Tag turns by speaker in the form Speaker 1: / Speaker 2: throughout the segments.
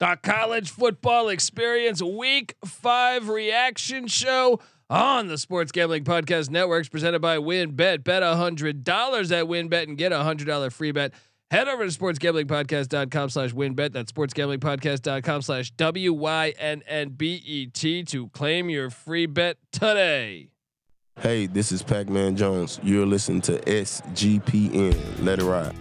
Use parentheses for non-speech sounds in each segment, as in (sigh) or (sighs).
Speaker 1: The college football experience week five reaction show on the Sports Gambling Podcast Networks presented by WinBet. Bet $100 at WinBet and get a $100 free bet. Head over to sportsgamblingpodcast.com slash winbet. That's sportsgamblingpodcast.com slash W-Y-N-N-B-E-T E to claim your free bet today.
Speaker 2: Hey, this is Pac Man Jones. You're listening to SGPN. Let it ride.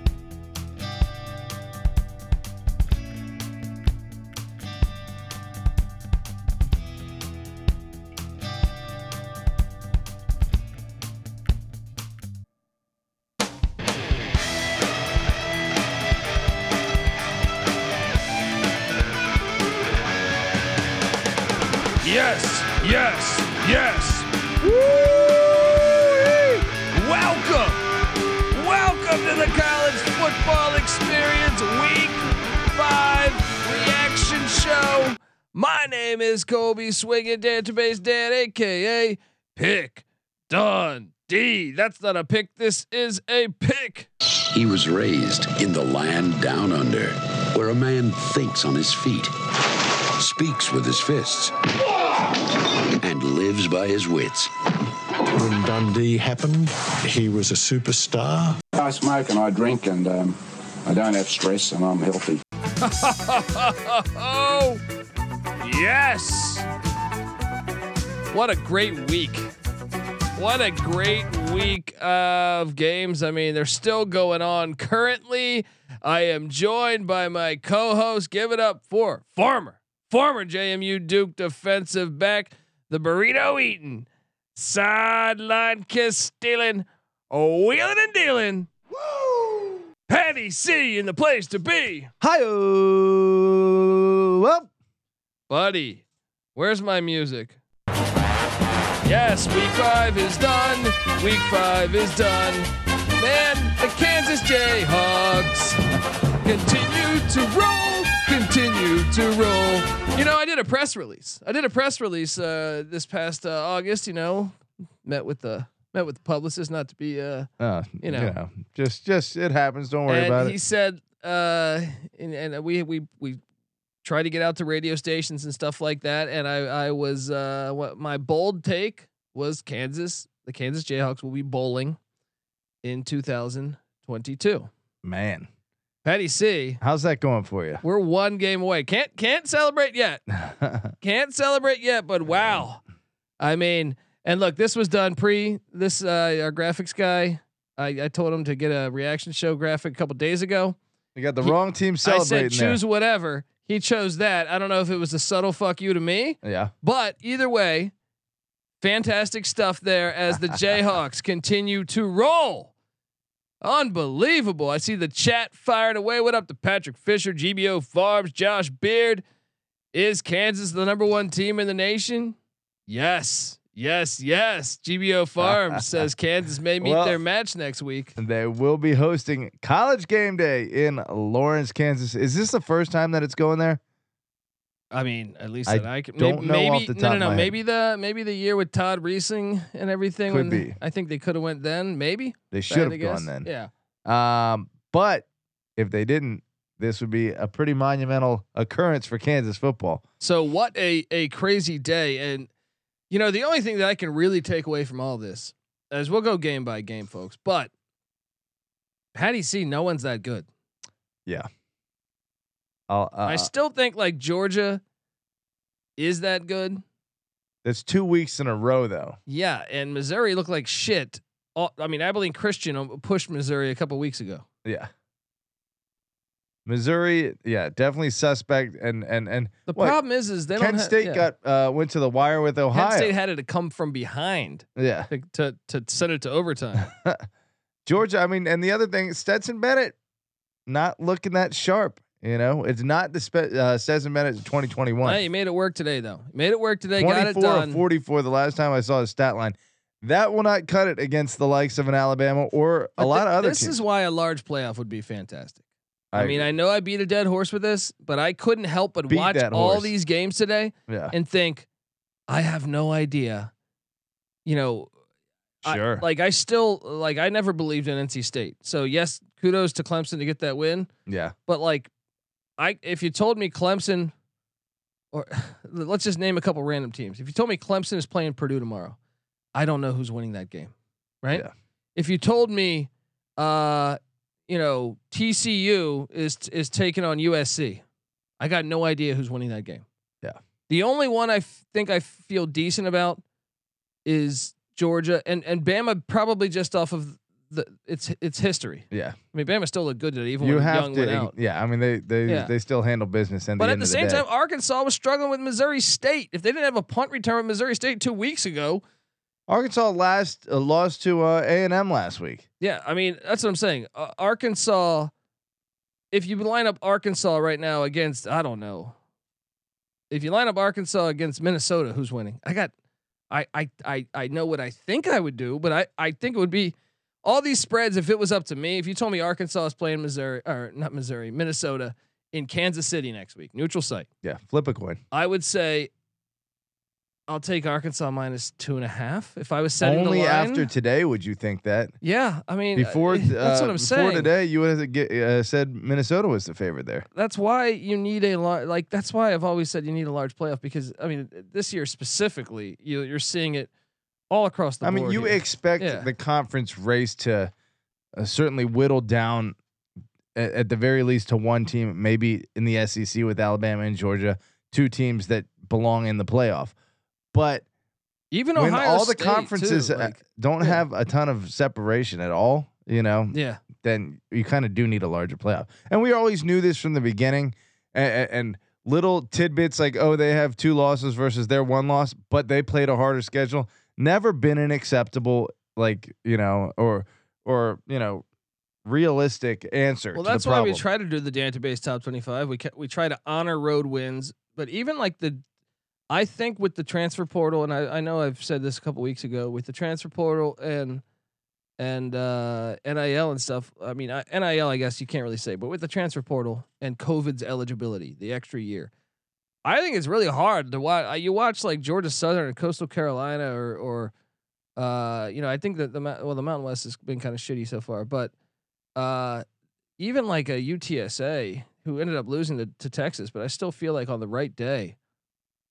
Speaker 1: Yes, yes, yes. Woo-wee. Welcome, welcome to the college football experience week five reaction show. My name is Kobe Swinging Database Dan, aka Pick Dundee. That's not a pick. This is a pick.
Speaker 3: He was raised in the land down under, where a man thinks on his feet, speaks with his fists, and lives by his wits.
Speaker 4: When Dundee happened, he was a superstar.
Speaker 5: I smoke and I drink and um, I don't have stress and I'm healthy.
Speaker 1: Oh, yes. What a great week. What a great week of games. I mean, they're still going on currently. I am joined by my co host. Give it up for former, former JMU Duke defensive back, the burrito eating, sideline kiss stealing, wheeling and dealing. Woo! Patty C in the place to be.
Speaker 6: Hi, well,
Speaker 1: Buddy, where's my music? Yes, week five is done. Week five is done. Man, the Kansas Jayhawks continue to roll, continue to roll. You know, I did a press release. I did a press release uh, this past uh, August. You know, met with the met with the publicist, not to be uh,
Speaker 7: Uh,
Speaker 1: You know.
Speaker 7: just just it happens. Don't worry
Speaker 1: and
Speaker 7: about
Speaker 1: he
Speaker 7: it.
Speaker 1: said, uh, and, and we we we tried to get out to radio stations and stuff like that. And I I was uh, what my bold take was Kansas, the Kansas Jayhawks will be bowling in 2022.
Speaker 7: Man,
Speaker 1: Patty C,
Speaker 7: how's that going for you?
Speaker 1: we're one game away. Can't can't celebrate
Speaker 7: (laughs)
Speaker 1: yet. Can't celebrate yet, but wow. I mean, and look, this was done pre this uh our graphics guy. I, I told him to get a reaction show graphic a couple days ago.
Speaker 7: you got the
Speaker 1: He-
Speaker 7: wrong team
Speaker 1: I said
Speaker 7: celebrating.
Speaker 1: choose whatever. He chose that. I don't know if it was a subtle fuck you to me,
Speaker 7: there. Yeah,
Speaker 1: but either way, fantastic stuff there as
Speaker 7: (laughs)
Speaker 1: the Jayhawks continue to roll. Unbelievable. I see the chat fired away. What up to Patrick Fisher, GBO Farms, Josh Beard? Is Kansas the number one team in the nation? Yes. Yes, yes. GBO
Speaker 7: (laughs)
Speaker 1: Farms says Kansas may meet
Speaker 7: Well-
Speaker 1: their match next week.
Speaker 7: And they will be hosting College Game Day in Lawrence, Kansas. Is this the first time that it's going there?
Speaker 1: I mean, at least
Speaker 7: I
Speaker 1: that I can.
Speaker 7: don't
Speaker 1: maybe,
Speaker 7: know
Speaker 1: maybe,
Speaker 7: off the top
Speaker 1: No,
Speaker 7: of
Speaker 1: no, no.
Speaker 7: my head.
Speaker 1: Maybe the maybe the year with Todd Reesing and everything. when
Speaker 7: Could be.
Speaker 1: I think they could have went then. Maybe if
Speaker 7: They
Speaker 1: I had
Speaker 7: should
Speaker 1: to
Speaker 7: have gone
Speaker 1: guess.
Speaker 7: then.
Speaker 1: Yeah.
Speaker 7: Um, but if they didn't, this would be a pretty monumental occurrence for Kansas football.
Speaker 1: So what a a crazy day, and you know the only thing that I can really take away from all this is we'll go game by game, folks. But Patty C, no one's that good.
Speaker 7: I'll, uh,
Speaker 1: I still think like Georgia is that good.
Speaker 7: that's two weeks in a row, though.
Speaker 1: Yeah, and Missouri looked like shit. All, I mean, Abilene Christian um, pushed Missouri a couple weeks ago.
Speaker 7: Yeah. Missouri, yeah, definitely suspect, and and and
Speaker 1: The
Speaker 7: What?
Speaker 1: problem is, is they don't.
Speaker 7: Kent
Speaker 1: ha-
Speaker 7: State
Speaker 1: yeah.
Speaker 7: got uh, went to the wire with Ohio.
Speaker 1: Penn State had it to come from behind
Speaker 7: yeah,
Speaker 1: to to, to send it to overtime.
Speaker 7: (laughs) Georgia. I mean, and the other thing, Stetson Bennett, not looking that sharp. You know, it's not the spe- uh, Stetson Bennett in 2021.
Speaker 1: hey, he made it work today though. He made it work today. Got it
Speaker 7: 24 or
Speaker 1: done.
Speaker 7: 44. The last time I saw his stat line, that will not cut it against the likes of an Alabama or
Speaker 1: But
Speaker 7: a lot
Speaker 1: thi-
Speaker 7: of other
Speaker 1: This
Speaker 7: teams.
Speaker 1: is why a large playoff would be fantastic. I, mean, I know I beat a dead horse with this, but I couldn't help but
Speaker 7: Beat
Speaker 1: watch
Speaker 7: that
Speaker 1: all
Speaker 7: horse.
Speaker 1: these games today
Speaker 7: yeah,
Speaker 1: and think, I have no idea. You know, I-
Speaker 7: sure.
Speaker 1: like I still like I never believed in NC State. So yes, kudos to Clemson to get that win.
Speaker 7: yeah,
Speaker 1: but like I if you told me Clemson, or (sighs) let's just name a couple random teams. If you told me Clemson is playing Purdue tomorrow, I don't know who's winning that game, right?
Speaker 7: Yeah.
Speaker 1: If you told me, uh, you know, TCU is is taking on USC, I got no idea who's winning that game.
Speaker 7: Yeah.
Speaker 1: The only one I f- think I feel decent about is Georgia and and Bama probably just off of the its its history.
Speaker 7: Yeah,
Speaker 1: I mean, Bama still looked good today, even
Speaker 7: you
Speaker 1: when
Speaker 7: have
Speaker 1: Young went
Speaker 7: to.
Speaker 1: out.
Speaker 7: Yeah, I mean they they
Speaker 1: Yeah.
Speaker 7: they still handle business. And
Speaker 1: But
Speaker 7: the
Speaker 1: at
Speaker 7: end
Speaker 1: the
Speaker 7: of
Speaker 1: same
Speaker 7: day.
Speaker 1: time, Arkansas was struggling with Missouri State. If they didn't have a punt return with Missouri State two weeks ago,
Speaker 7: Arkansas last uh, lost to A and M last week.
Speaker 1: yeah, I mean that's what I'm saying. Uh, Arkansas, if you line up Arkansas right now against, I don't know, if you line up Arkansas against Minnesota, who's winning? I got, I I I I know what I think I would do, but I I think it would be all these spreads. If it was up to me, if you told me Arkansas is playing Missouri or not Missouri, Minnesota in Kansas City next week, neutral site.
Speaker 7: Yeah, flip a coin.
Speaker 1: I would say I'll take Arkansas minus two and a half if I was setting
Speaker 7: Only
Speaker 1: the line.
Speaker 7: after today would you think that.
Speaker 1: yeah, I mean
Speaker 7: Before
Speaker 1: uh, (laughs)
Speaker 7: uh,
Speaker 1: that's what I'm
Speaker 7: before
Speaker 1: saying.
Speaker 7: today, you would have get, uh, said Minnesota was the favorite there.
Speaker 1: That's why you need a large like that's why I've always said you need a large playoff because I mean this year specifically you you're seeing it all across the
Speaker 7: I
Speaker 1: board.
Speaker 7: mean, you
Speaker 1: here.
Speaker 7: expect
Speaker 1: Yeah.
Speaker 7: the conference race to uh, certainly whittle down at, at the very least to one team, maybe in the SEC with Alabama and Georgia, two teams that belong in the playoff. But
Speaker 1: even
Speaker 7: when
Speaker 1: Ohio
Speaker 7: all the
Speaker 1: State, too,
Speaker 7: conferences uh,
Speaker 1: like,
Speaker 7: don't
Speaker 1: yeah.
Speaker 7: have a ton of separation at all, you know,
Speaker 1: yeah
Speaker 7: then you kind of do need a larger playoff. And we always knew this from the beginning. And, and little tidbits like, oh, they have two losses versus their one loss, but they played a harder schedule. Never been an acceptable, like you know, or or you know, realistic answer.
Speaker 1: Well,
Speaker 7: to the
Speaker 1: that's why we
Speaker 7: problem.
Speaker 1: try to do the database top 25. We ca- we try to honor road wins, but even like the I think with the transfer portal and I, I know I've said this a couple weeks ago with the transfer portal and and uh NIL and stuff. I mean, I, NIL I guess you can't really say, but with the transfer portal and COVID's eligibility, the extra year. I think it's really hard to watch. You watch like Georgia Southern and Coastal Carolina or or uh you know, I think that the Mou- well the Mountain West has been kind of shitty so far, but uh even like a UTSA who ended up losing to, to Texas, but I still feel like on the right day,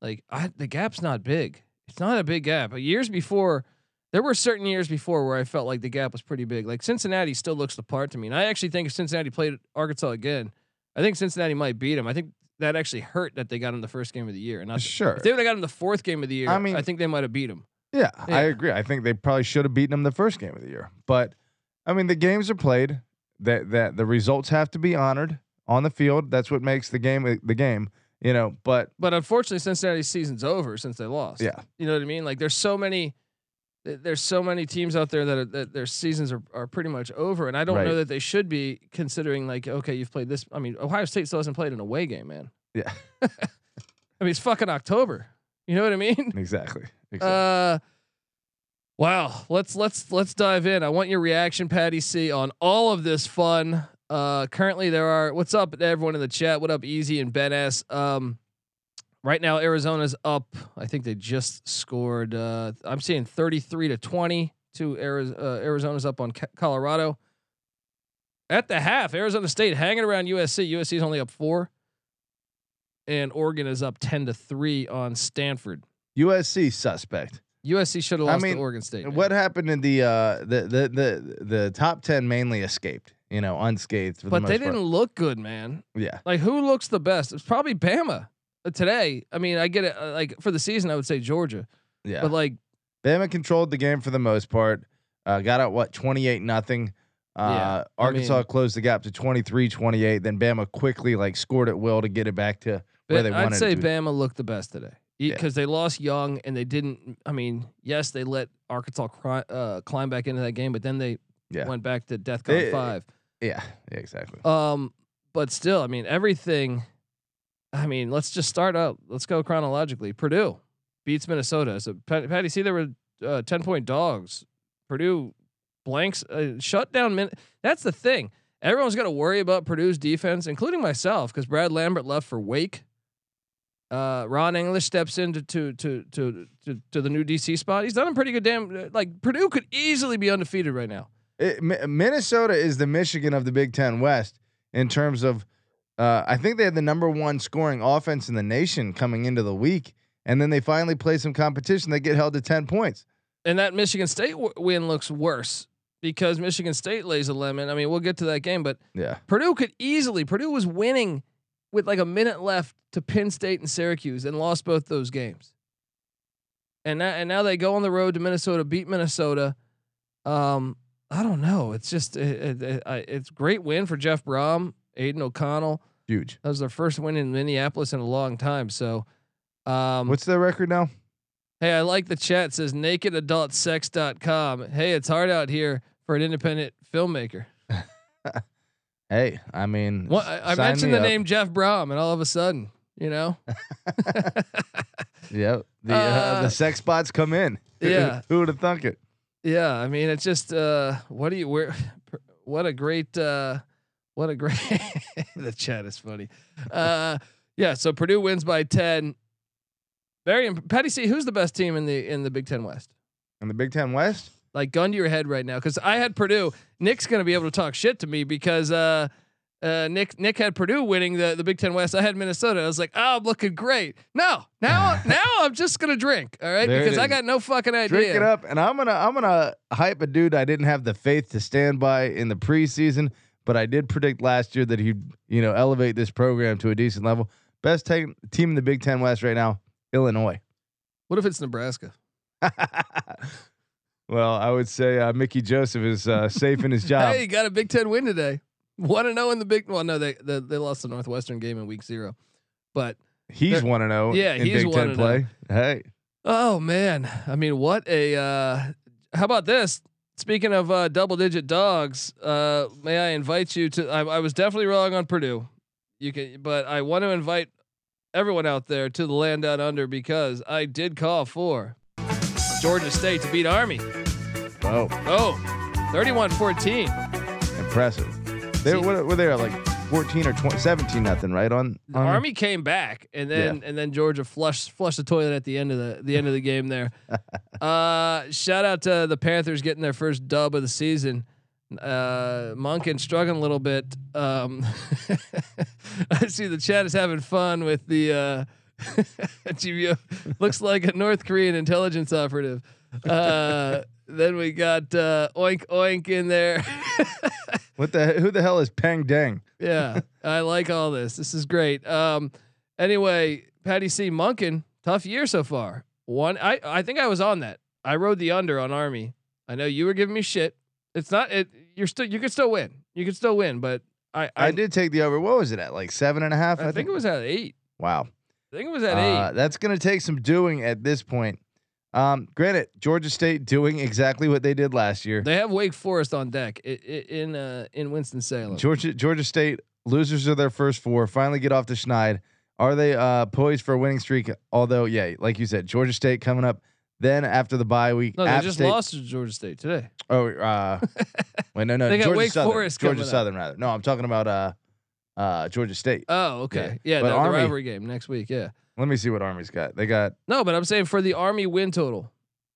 Speaker 1: like I, the gap's not big. It's not a big gap. Years before, there were certain years before where I felt like the gap was pretty big. Like Cincinnati still looks the part to me, and I actually think if Cincinnati played Arkansas again, I think Cincinnati might beat them. I think that actually hurt that they got him the first game of the year, and not
Speaker 7: Sure.
Speaker 1: if they would have got him the fourth game of the year. I
Speaker 7: I
Speaker 1: mean,
Speaker 7: mean-
Speaker 1: I think they might have beat him.
Speaker 7: Yeah, I
Speaker 1: Yeah.
Speaker 7: agree. I think they probably should have beaten them the first game of the year. But I mean, the games are played. That that the results have to be honored on the field. That's what makes the game uh, the game. You know, but
Speaker 1: But unfortunately, Cincinnati's season's over since they lost.
Speaker 7: yeah,
Speaker 1: You know what I mean? Like there's so many th- there's so many teams out there that, are, that their seasons are, are pretty much over and I don't
Speaker 7: Right.
Speaker 1: know that they should be considering like okay, you've played this I mean, Ohio State still hasn't played an away game, man.
Speaker 7: Yeah.
Speaker 1: (laughs) I mean, it's fucking October. You know what I mean?
Speaker 7: exactly. exactly.
Speaker 1: Uh Wow, let's let's let's dive in. I want your reaction, Patty C, on all of this fun. Uh currently there are what's up to everyone in the chat? What up, Easy and Ben S. Um right now Arizona's up. I think they just scored uh I'm seeing 33 to 20 to Ari- uh, Arizona's up on Ca- Colorado. At the half, Arizona State hanging around USC. USC's only up 4 and Oregon is up 10 to 3 on Stanford.
Speaker 7: USC suspect.
Speaker 1: USC should have
Speaker 7: I
Speaker 1: lost
Speaker 7: mean,
Speaker 1: to Oregon State. man.
Speaker 7: What happened in the uh the the the the top ten mainly escaped, you know, unscathed. For the
Speaker 1: but
Speaker 7: most
Speaker 1: they
Speaker 7: part.
Speaker 1: didn't look good, man.
Speaker 7: Yeah,
Speaker 1: Like who looks the best? It's probably Bama Uh, today. I mean, I get it. uh, Like for the season, I would say Georgia,
Speaker 7: yeah.
Speaker 1: but like
Speaker 7: Bama controlled the game for the most part. Uh, got out what twenty eight nothing.
Speaker 1: Yeah,
Speaker 7: Uh,
Speaker 1: I
Speaker 7: Arkansas
Speaker 1: mean-
Speaker 7: closed the gap to 23-28. Then Bama quickly like scored at will to get it back to
Speaker 1: Ba-
Speaker 7: where they
Speaker 1: I'd
Speaker 7: wanted
Speaker 1: say
Speaker 7: it to. be.
Speaker 1: Bama looked the best today
Speaker 7: Yeah.
Speaker 1: because they lost Young and they didn't. I mean, yes, they let Arkansas cri- uh, climb back into that game, but then they
Speaker 7: Yeah.
Speaker 1: went back to DeathCon
Speaker 7: They-
Speaker 1: Five.
Speaker 7: Yeah, yeah, exactly.
Speaker 1: Um, but still, I mean, everything. I mean, let's just start up. Let's go chronologically. Purdue beats Minnesota. So Pat- Patty, see, there were uh, ten point dogs. Purdue blanks uh, shut down. Min- That's the thing. Everyone's got to worry about Purdue's defense, including myself, because Brad Lambert left for Wake. Uh, Ron English steps into to, to to to to the new DC spot. He's done a pretty good damn. Like Purdue could easily be undefeated right now.
Speaker 7: It, Mi- Minnesota is the Michigan of the Big Ten West in terms of Uh, I think they had the number one scoring offense in the nation coming into the week, and then they finally play some competition. They get held to ten points.
Speaker 1: and that Michigan State w- win looks worse because Michigan State lays a lemon. I mean, we'll get to that game, but
Speaker 7: Yeah,
Speaker 1: Purdue could easily. Purdue was winning with like a minute left to Penn State and Syracuse and lost both those games. And now, and now they go on the road to Minnesota, beat Minnesota. Um, I don't know. It's just it, it, it- I- it's great win for Jeff Brom, Aiden O'Connell.
Speaker 7: huge.
Speaker 1: That was their first win in Minneapolis in a long time. So, um,
Speaker 7: What's their record now?
Speaker 1: Hey, I like the chat. It says nakedadultsex.com. Hey, it's hard out here for an independent filmmaker.
Speaker 7: Hey, I mean,
Speaker 1: What, I, I
Speaker 7: sign
Speaker 1: mentioned
Speaker 7: me
Speaker 1: the
Speaker 7: up.
Speaker 1: name Jeff Brom, and all of a sudden, you
Speaker 7: (laughs)
Speaker 1: know,
Speaker 7: Yep. The uh,
Speaker 1: Uh,
Speaker 7: the sex spots come in.
Speaker 1: yeah.
Speaker 7: (laughs) Who would have thunk it?
Speaker 1: yeah. I mean, it's just uh, what do you where? (laughs) What a great, uh, what a great. (laughs) the chat is funny. Uh, yeah. So Purdue wins by ten. Very imp- Patty C. Who's the best team in the in the Big Ten West?
Speaker 7: In the Big Ten West?
Speaker 1: like gun to your head right now because I had Purdue. Nick's gonna be able to talk shit to me because uh, uh, Nick Nick had Purdue winning the the Big Ten West. I had Minnesota. I was like, oh, I'm looking great. No,
Speaker 7: (laughs)
Speaker 1: now now I'm just gonna drink. All right,
Speaker 7: There it
Speaker 1: because I
Speaker 7: is.
Speaker 1: got no fucking idea.
Speaker 7: Drink it up. And I'm gonna I'm gonna hype a dude I didn't have the faith to stand by in the preseason, but I did predict last year that he'd, you know, elevate this program to a decent level. Best te- team in the Big Ten West right now, Illinois. (laughs)
Speaker 1: What if it's Nebraska?
Speaker 7: well, I would say uh, Mickey Joseph is uh,
Speaker 1: (laughs)
Speaker 7: safe in his job.
Speaker 1: Hey, you got a Big Ten win today. One to zero in the Big. Well, no, they, they they lost the Northwestern game in week zero, but
Speaker 7: he's
Speaker 1: there-
Speaker 7: one and zero.
Speaker 1: Yeah,
Speaker 7: in
Speaker 1: he's
Speaker 7: Big Ten
Speaker 1: 1-0.
Speaker 7: play. Hey,
Speaker 1: Oh man, I mean, what a uh, how about this? Speaking of uh, double-digit dogs, uh, may I invite you to? I, I was definitely wrong on Purdue. You can, but I want to invite everyone out there to the land down under because I did call for Georgia State to beat Army.
Speaker 7: whoa,
Speaker 1: Oh, 31-14.
Speaker 7: impressive. They
Speaker 1: See-
Speaker 7: what, were they like fourteen or 20, 17 nothing, right? On, on
Speaker 1: Army came back, and then and then Georgia flushed flushed the toilet at the end of the the end of the game there. uh, shout out to the Panthers getting their first dub of the season. Uh, Monken struggling a little bit. Um, (laughs) I see the chat is having fun with the uh, (laughs) GBO. Looks like a North Korean intelligence operative. Uh, then we got uh, oink oink in there. (laughs)
Speaker 7: What the who the hell is Pang Dang?
Speaker 1: yeah, I like all this. This is great. Um, anyway, Patty C. Munkin, tough year so far. One, I I think I was on that. I rode the under on Army. I know you were giving me shit. It's not. It you're still you could still win. You could still win, but I I,
Speaker 7: I, did take the over. What was it at? Like seven and a half?
Speaker 1: I think, it was at eight.
Speaker 7: Wow.
Speaker 1: I think it was at
Speaker 7: Uh, that's gonna take some doing at this point. Um, granted, Georgia State doing exactly what they did last year.
Speaker 1: eight. They have Wake Forest on deck i- i- in uh in Winston Salem.
Speaker 7: Georgia Georgia State losers of their first four finally get off the schneid. Are they uh, poised for a winning streak? Although, yeah, like you said, Georgia State coming up. Then after the bye week,
Speaker 1: No, they
Speaker 7: App
Speaker 1: just
Speaker 7: State-
Speaker 1: lost to Georgia State today. (laughs)
Speaker 7: Oh, uh, wait, no, no,
Speaker 1: They got
Speaker 7: Georgia
Speaker 1: Wake
Speaker 7: Southern,
Speaker 1: Forest
Speaker 7: Georgia
Speaker 1: coming up.
Speaker 7: Southern rather. No, I'm talking about uh, uh, Georgia State.
Speaker 1: Oh, okay. Yeah,
Speaker 7: But
Speaker 1: the, the
Speaker 7: Army-
Speaker 1: rivalry game next week. Yeah.
Speaker 7: Let me see what Army's got. They got
Speaker 1: No, but I'm saying for the Army win total,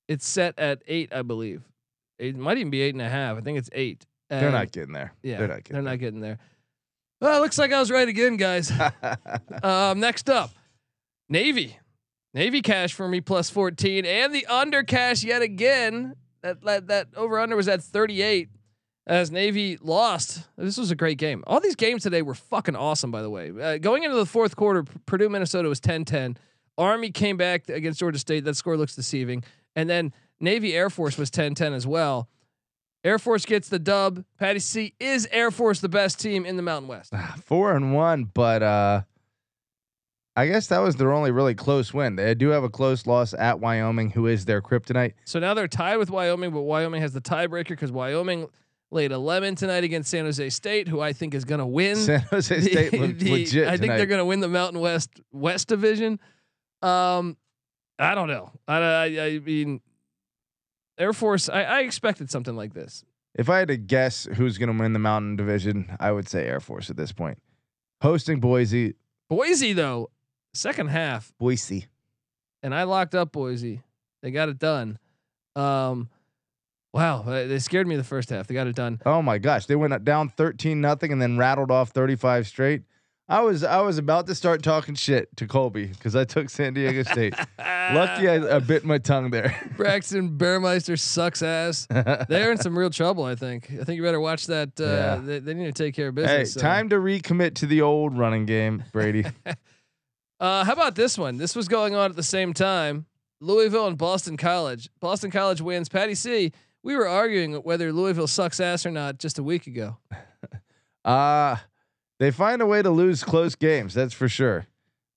Speaker 1: it's set at eight, I believe. It might even be eight and a half. I think it's eight.
Speaker 7: They're
Speaker 1: And,
Speaker 7: not getting there.
Speaker 1: Uh, Yeah,
Speaker 7: they're not getting.
Speaker 1: They're not getting there. Well, looks like I was right again,
Speaker 7: (laughs)
Speaker 1: guys.
Speaker 7: there.
Speaker 1: um, next up, Navy. Navy cash for me plus 14 and the under cash yet again. That that, that over under was at 38 as Navy lost. This was a great game. All these games today were fucking awesome, by the way. Uh, going into the fourth quarter, P- Purdue, Minnesota was 10 10. Army came back against Georgia State. That score looks deceiving. And then Navy Air Force was 10 10 as well. Air Force gets the dub. Patty C is Air Force the best team in the Mountain
Speaker 7: (laughs)
Speaker 1: West.
Speaker 7: (sighs) Four and one, but uh, I guess that was their only really close win. They do have a close loss at Wyoming, who is their kryptonite.
Speaker 1: So now they're tied with Wyoming, but Wyoming has the tiebreaker because Wyoming laid a lemon tonight against San Jose State, who I think is going to win.
Speaker 7: San Jose
Speaker 1: the- (laughs)
Speaker 7: State looked
Speaker 1: the-
Speaker 7: legit.
Speaker 1: I think
Speaker 7: tonight.
Speaker 1: they're going to win the Mountain West West Division. Um, I don't know. I, I, I mean, Air Force. I, I expected something like this.
Speaker 7: If I had to guess who's going to win the Mountain Division, I would say Air Force at this point. Hosting Boise,
Speaker 1: Boise though, second half,
Speaker 7: Boise.
Speaker 1: and I locked up Boise. They got it done. Um, wow, uh, they scared me the first half. They got it done.
Speaker 7: Oh my gosh, they went up- down thirteen nothing and then rattled off thirty five straight. I was I was about to start talking shit to Colby because I took San Diego
Speaker 1: (laughs)
Speaker 7: State. Lucky I, I bit my tongue there. (laughs)
Speaker 1: Braxton Burmeister sucks ass. They're in some real trouble. I think. I think you better watch that. Uh,
Speaker 7: Yeah.
Speaker 1: they, they need to take care of
Speaker 7: hey,
Speaker 1: business. uh, so.
Speaker 7: time to recommit to the old running game,
Speaker 1: (laughs)
Speaker 7: Brady.
Speaker 1: Uh, how about this one? This was going on at the same time. Louisville and Boston College. Boston College wins. Patty C. We were arguing whether Louisville sucks ass or not just a week ago.
Speaker 7: Uh they find a way to lose close games. That's for sure.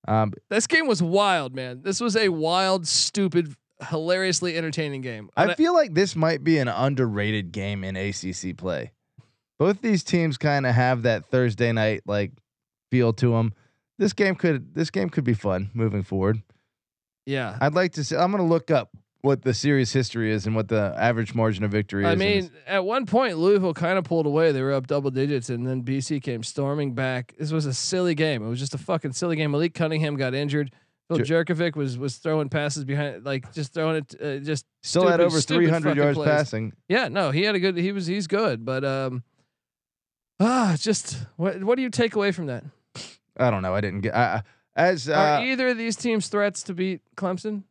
Speaker 7: Um,
Speaker 1: This game was wild, man. This was a wild, stupid, hilariously entertaining game.
Speaker 7: I feel like this might be an underrated game in ACC play. Both these teams kind of have that Thursday night like feel to them. This game could this game could be fun moving forward.
Speaker 1: yeah.
Speaker 7: I'd like to see. I'm going to look up what the series history is and what the average margin of victory is.
Speaker 1: I
Speaker 7: in
Speaker 1: mean,
Speaker 7: this-
Speaker 1: at one point Louisville kind of pulled away. They were up double digits, and then BC came storming back. This was a silly game. It was just a fucking silly game. Malik Cunningham got injured. Phil Jerkovic was was throwing passes behind, like just throwing it, uh, just
Speaker 7: still had
Speaker 1: stupid,
Speaker 7: over
Speaker 1: stupid
Speaker 7: 300
Speaker 1: fucking
Speaker 7: yards
Speaker 1: plays.
Speaker 7: passing.
Speaker 1: Yeah, no, he had a good. He was he's good, but um, ah, just what what do you take away from that?
Speaker 7: I don't know. I didn't get I, I- as
Speaker 1: Are
Speaker 7: uh,
Speaker 1: either of these teams threats to beat Clemson?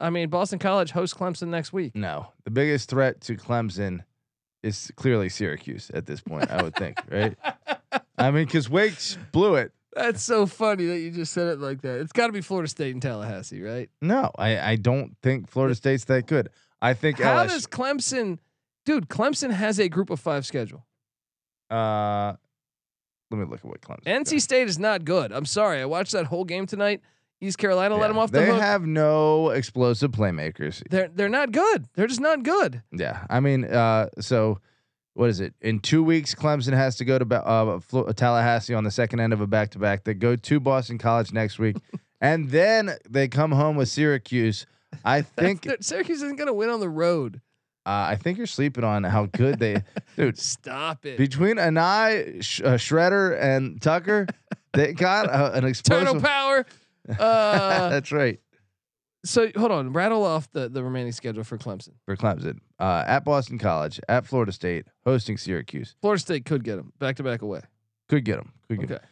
Speaker 1: I mean, Boston College hosts Clemson next week.
Speaker 7: no. The biggest threat to Clemson is clearly Syracuse at this point. I would think, right? I mean, because Wake blew it.
Speaker 1: That's so funny that you just said it like that. It's got to be Florida State and Tallahassee, right?
Speaker 7: No, I, I don't think Florida State's that good. I think
Speaker 1: How
Speaker 7: LSU.
Speaker 1: does Clemson, dude? Clemson has a group of five schedule.
Speaker 7: uh, let me look at what Clemson.
Speaker 1: NC State is not good. I'm sorry. I watched that whole game tonight. East Carolina let them off the
Speaker 7: They
Speaker 1: hook.
Speaker 7: have no explosive playmakers.
Speaker 1: they're they're not good. They're just not good.
Speaker 7: Yeah, I mean, uh, so what is it? In two weeks, Clemson has to go to ba- uh, Flo- Tallahassee on the second end of a back-to-back. They go to Boston College
Speaker 1: (laughs)
Speaker 7: next week, and then they come home with Syracuse.
Speaker 1: (laughs)
Speaker 7: I think uh,
Speaker 1: That's- Syracuse isn't gonna win on the road.
Speaker 7: I think you're sleeping on how
Speaker 1: (laughs)
Speaker 7: good they, dude.
Speaker 1: Stop it.
Speaker 7: Between Anai, Sh- uh, Shredder, and Tucker, they got uh, an
Speaker 1: (laughs) Turtle
Speaker 7: explosive.
Speaker 1: power. Uh,
Speaker 7: (laughs) That's right
Speaker 1: so hold on, rattle off the, the remaining schedule for Clemson.
Speaker 7: for Clemson. Uh, at Boston College, at Florida State, hosting Syracuse.
Speaker 1: Florida State could get them back to back away.
Speaker 7: Could get them. Could get 'em.
Speaker 1: Okay.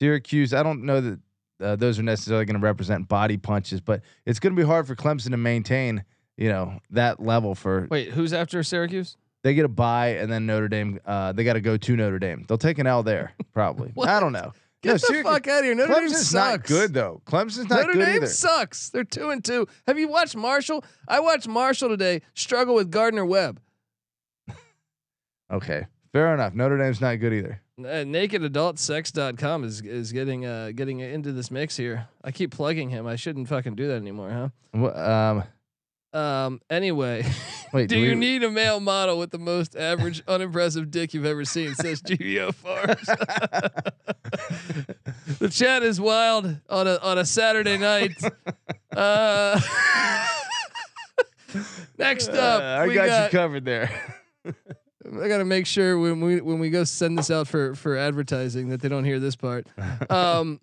Speaker 7: Syracuse. I don't know that uh, those are necessarily going to represent body punches, but it's going to be hard for Clemson to maintain, you know, that level for.
Speaker 1: Wait, who's after Syracuse?
Speaker 7: They get a bye, and then Notre Dame. Uh, they got to go to Notre Dame. They'll take an L there,
Speaker 1: (laughs)
Speaker 7: probably. I don't know.
Speaker 1: Get
Speaker 7: No,
Speaker 1: the
Speaker 7: Syracuse-
Speaker 1: fuck out of here. Notre Dame
Speaker 7: Clemson's
Speaker 1: sucks.
Speaker 7: not good though. Clemson's not
Speaker 1: Notre
Speaker 7: good
Speaker 1: Dame
Speaker 7: either.
Speaker 1: sucks. They're two and two. Have you watched Marshall? I watched Marshall today struggle with Gardner Webb.
Speaker 7: Okay, fair enough. Notre Dame's not good either.
Speaker 1: Uh, nakedadultsex.com is is getting uh getting into this mix here. I keep plugging him. I shouldn't fucking do that anymore,
Speaker 7: Wha- Um,
Speaker 1: huh? Um anyway.
Speaker 7: wait,
Speaker 1: Do
Speaker 7: do
Speaker 1: you
Speaker 7: we-
Speaker 1: need a male model with the most average, (laughs) unimpressive dick you've ever seen?
Speaker 7: (laughs)
Speaker 1: Says GBO Farms. the chat is wild on a on a Saturday
Speaker 7: (laughs)
Speaker 1: night. Uh, (laughs) next up,
Speaker 7: Uh, I
Speaker 1: we
Speaker 7: got,
Speaker 1: got-
Speaker 7: you covered there. (laughs)
Speaker 1: I gotta make sure when we when we go send this out for for advertising that they don't hear this
Speaker 7: (laughs)
Speaker 1: part. Um,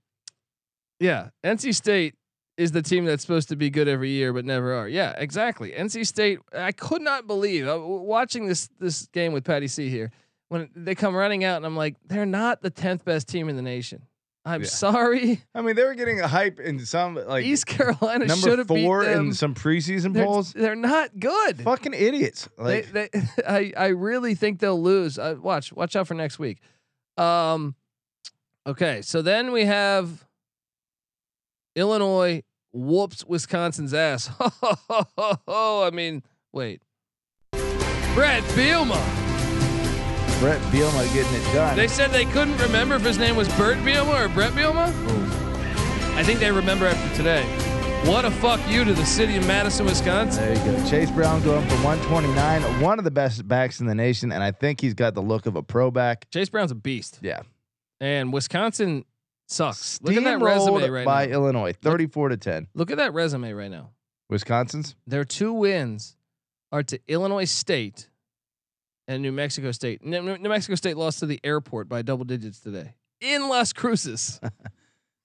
Speaker 1: yeah, NC State is the team that's supposed to be good every year but never are. Yeah, exactly. NC State. I could not believe I, w- watching this this game with Patty C here when they come running out and I'm like, they're not the tenth best team in the nation. I'm
Speaker 7: Yeah.
Speaker 1: sorry,
Speaker 7: I mean, they were getting a hype in some like
Speaker 1: East Carolina should
Speaker 7: number
Speaker 1: have beat
Speaker 7: four
Speaker 1: them.
Speaker 7: in some preseason
Speaker 1: they're,
Speaker 7: polls.
Speaker 1: they're not good.
Speaker 7: Fucking idiots!
Speaker 1: They,
Speaker 7: Like
Speaker 1: they, (laughs) I, I really think they'll lose. Uh, watch, watch out for next week. Um, okay, so then we have Illinois whoops Wisconsin's ass. (laughs) Oh, I mean, wait, Brett Bielma.
Speaker 7: Brett Bielma getting it done.
Speaker 1: They said they couldn't remember if his name was Bert Bielma or Brett Bielma. I think they remember after today. What a fuck you to the city of Madison, Wisconsin.
Speaker 7: there you go. Chase Brown going for 129, one of the best backs in the nation, and I think he's got the look of a pro back.
Speaker 1: Chase Brown's a beast,
Speaker 7: Yeah,
Speaker 1: and Wisconsin sucks. Look at that resume
Speaker 7: Steamrolled
Speaker 1: right now.
Speaker 7: by Illinois, 34 to 10.
Speaker 1: Look at that resume right now.
Speaker 7: Wisconsin's
Speaker 1: Their two wins are to Illinois State and New Mexico State. New, New- New Mexico State lost to the airport by double digits today in Las
Speaker 7: (laughs)
Speaker 1: Cruces.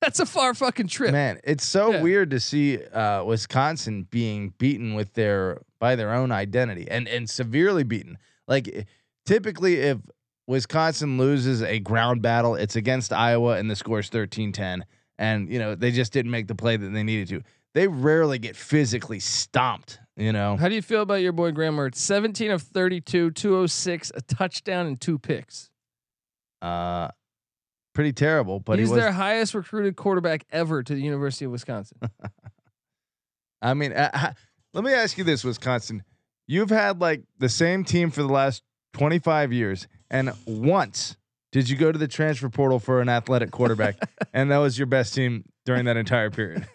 Speaker 1: That's a far fucking trip.
Speaker 7: man, it's so
Speaker 1: (laughs) Yeah.
Speaker 7: weird to see uh, Wisconsin being beaten with their by their own identity and and severely beaten. Like eh, typically, if Wisconsin loses a ground battle. It's against Iowa, and the score is 13 10. And, you know, they just didn't make the play that they needed to. They rarely get physically stomped, you
Speaker 1: (laughs)
Speaker 7: know.
Speaker 1: How do you feel about your boy Graham Mertz? 17 of 32, 206, a touchdown and two picks.
Speaker 7: Uh, pretty terrible, but
Speaker 1: He's
Speaker 7: he was.
Speaker 1: their highest recruited quarterback ever to the University of
Speaker 7: (laughs)
Speaker 1: Wisconsin.
Speaker 7: I mean, uh, uh, let me ask you this, Wisconsin. You've had like the same team for the last 25 years, and once did you go to the transfer portal for an
Speaker 1: (laughs)
Speaker 7: athletic quarterback, and that was your best team during that entire period.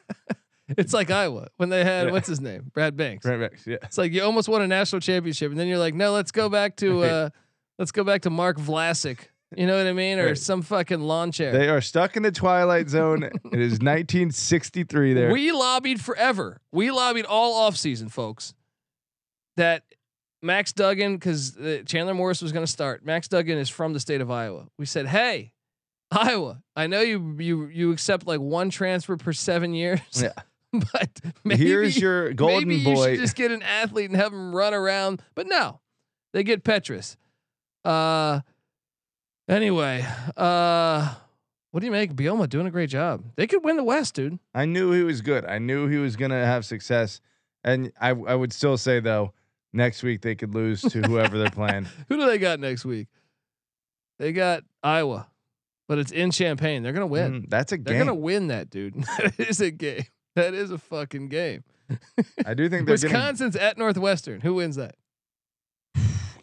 Speaker 1: it's like Iowa when they had
Speaker 7: Yeah.
Speaker 1: what's his name, Brad Banks.
Speaker 7: Right, Rex? Yeah.
Speaker 1: It's like you almost won a national championship, and then you're like, no, let's go back to
Speaker 7: Right.
Speaker 1: uh, let's go back to Mark Vlasic. You know what I mean, or
Speaker 7: Right.
Speaker 1: some fucking lawn chair.
Speaker 7: They are stuck in the twilight zone. it is 1963 there.
Speaker 1: We lobbied forever. We lobbied all offseason, folks, that Max Duggan, because uh, Chandler Morris was going to start. Max Duggan is from the state of Iowa. We said, hey, Iowa, I know you you you accept like one transfer per seven years.
Speaker 7: Yeah.
Speaker 1: (laughs) But maybe,
Speaker 7: Here's your golden
Speaker 1: maybe you
Speaker 7: boy.
Speaker 1: should just get an athlete and have him run around. But no, they get Petrus. Uh, anyway, uh, what do you make? Bioma doing a great job. They could win the West, dude.
Speaker 7: I knew he was good. I knew he was going to have success. And I, I would still say, though, next week they could lose to whoever they're playing.
Speaker 1: Who do they got next week? They got Iowa, but it's in Champaign. They're gonna (laughs) win.
Speaker 7: Mm, that's a
Speaker 1: They're
Speaker 7: game.
Speaker 1: gonna win that, dude. (laughs) That is a game. That is a fucking game.
Speaker 7: I do think they're getting
Speaker 1: Wisconsin's at Northwestern. Who wins that?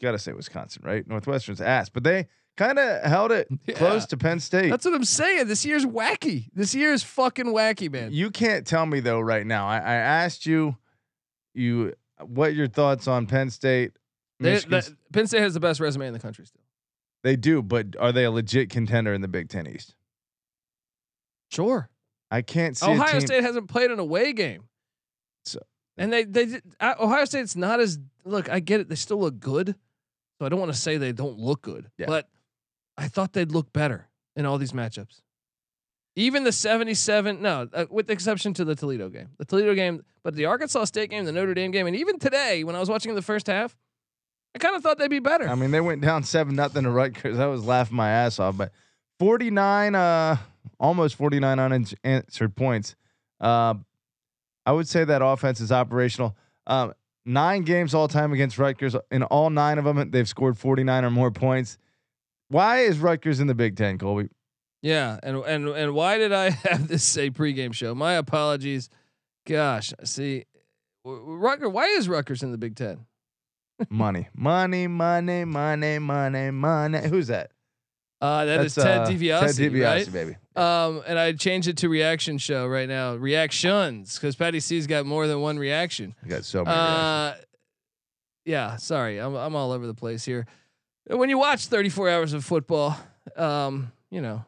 Speaker 7: gotta say Wisconsin, right? Northwestern's ass, but they kind of held it
Speaker 1: (laughs)
Speaker 7: close
Speaker 1: Yeah.
Speaker 7: to Penn State.
Speaker 1: That's what I'm saying. This year's wacky. This year is fucking wacky, man.
Speaker 7: you can't tell me though right now. I, I asked you, you what your thoughts on Penn State?
Speaker 1: They,
Speaker 7: Michigan?
Speaker 1: that, Penn State has the best resume in the country still.
Speaker 7: they do, but are they a legit contender in the Big Ten East?
Speaker 1: Sure.
Speaker 7: I can't see. a
Speaker 1: Ohio
Speaker 7: team-
Speaker 1: State hasn't played an away game.
Speaker 7: So-
Speaker 1: and they they did- I- Ohio State's not as look. I get it. They still look good, so I don't want to say they don't look good.
Speaker 7: Yeah.
Speaker 1: But I thought they'd look better in all these matchups. Even the seventy-seven, no, uh, with the exception to the Toledo game, the Toledo game, but the Arkansas State game, the Notre Dame game, and even today when I was watching the first half, I kind of thought they'd be better.
Speaker 7: I mean, they went down seven nothing to Rutgers. I was laughing my ass off, but forty nine, uh, almost forty nine unanswered points. Uh, I would say that offense is operational. Um, nine games all time against Rutgers. In all nine of them, they've scored forty nine or more points. Why is Rutgers in the Big
Speaker 1: (laughs)
Speaker 7: Ten, Colby?
Speaker 1: Yeah, and and and why did I (laughs) have this say pregame show? My apologies. Gosh, see, w- w- Rucker. Why is Rutgers in the Big Ten?
Speaker 7: Money, money, money, money, money, money. Who's that?
Speaker 1: Uh, That's, Ted
Speaker 7: uh,
Speaker 1: DiBiase,
Speaker 7: Ted DiBiase,
Speaker 1: right?
Speaker 7: baby.
Speaker 1: Um, and I changed it to reaction show right now. Reactions, because Patty C's got more than one reaction.
Speaker 7: You got so many. reactions.
Speaker 1: Uh, yeah, sorry, I'm I'm all over the place here. When you watch 34 hours of football, um, you know,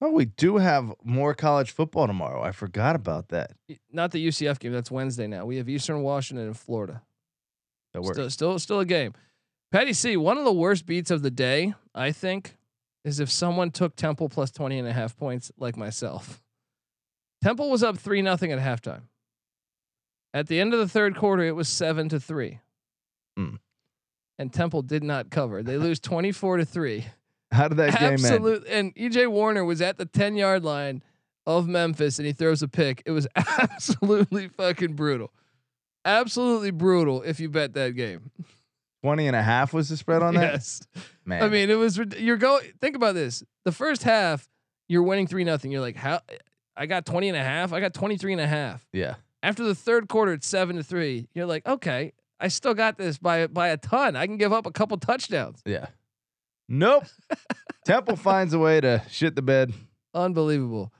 Speaker 7: oh, we do have more college football tomorrow. I forgot about that.
Speaker 1: not the UCF game. That's Wednesday now. We have Eastern Washington and Florida.
Speaker 7: That works.
Speaker 1: Still, still, still a game. Patty C, one of the worst beats of the day, I think, is if someone took Temple plus 20 and a half points like myself. Temple was up 3 nothing at halftime. At the end of the third quarter, it was 7 to 3.
Speaker 7: Hmm.
Speaker 1: And Temple did not cover.
Speaker 7: (laughs)
Speaker 1: They lose 24 to 3.
Speaker 7: (laughs) How did that game end?
Speaker 1: Absolute and EJ Warner was at the 10 yard line of Memphis and he throws a pick. It was (laughs) absolutely fucking brutal. Absolutely brutal if you bet that game.
Speaker 7: 20 and a half was the spread on that?
Speaker 1: yes.
Speaker 7: Man.
Speaker 1: I mean, it was rid- you're going think about this. The first half, you're winning 3 nothing. You're like, "How I got 20 and a half. I got 23 and a half."
Speaker 7: yeah.
Speaker 1: After the third quarter, it's 7 to 3. You're like, "Okay, I still got this by by a ton. I can give up a couple touchdowns." (laughs)
Speaker 7: Yeah. Nope. Temple finds a way to shit the bed.
Speaker 1: Unbelievable.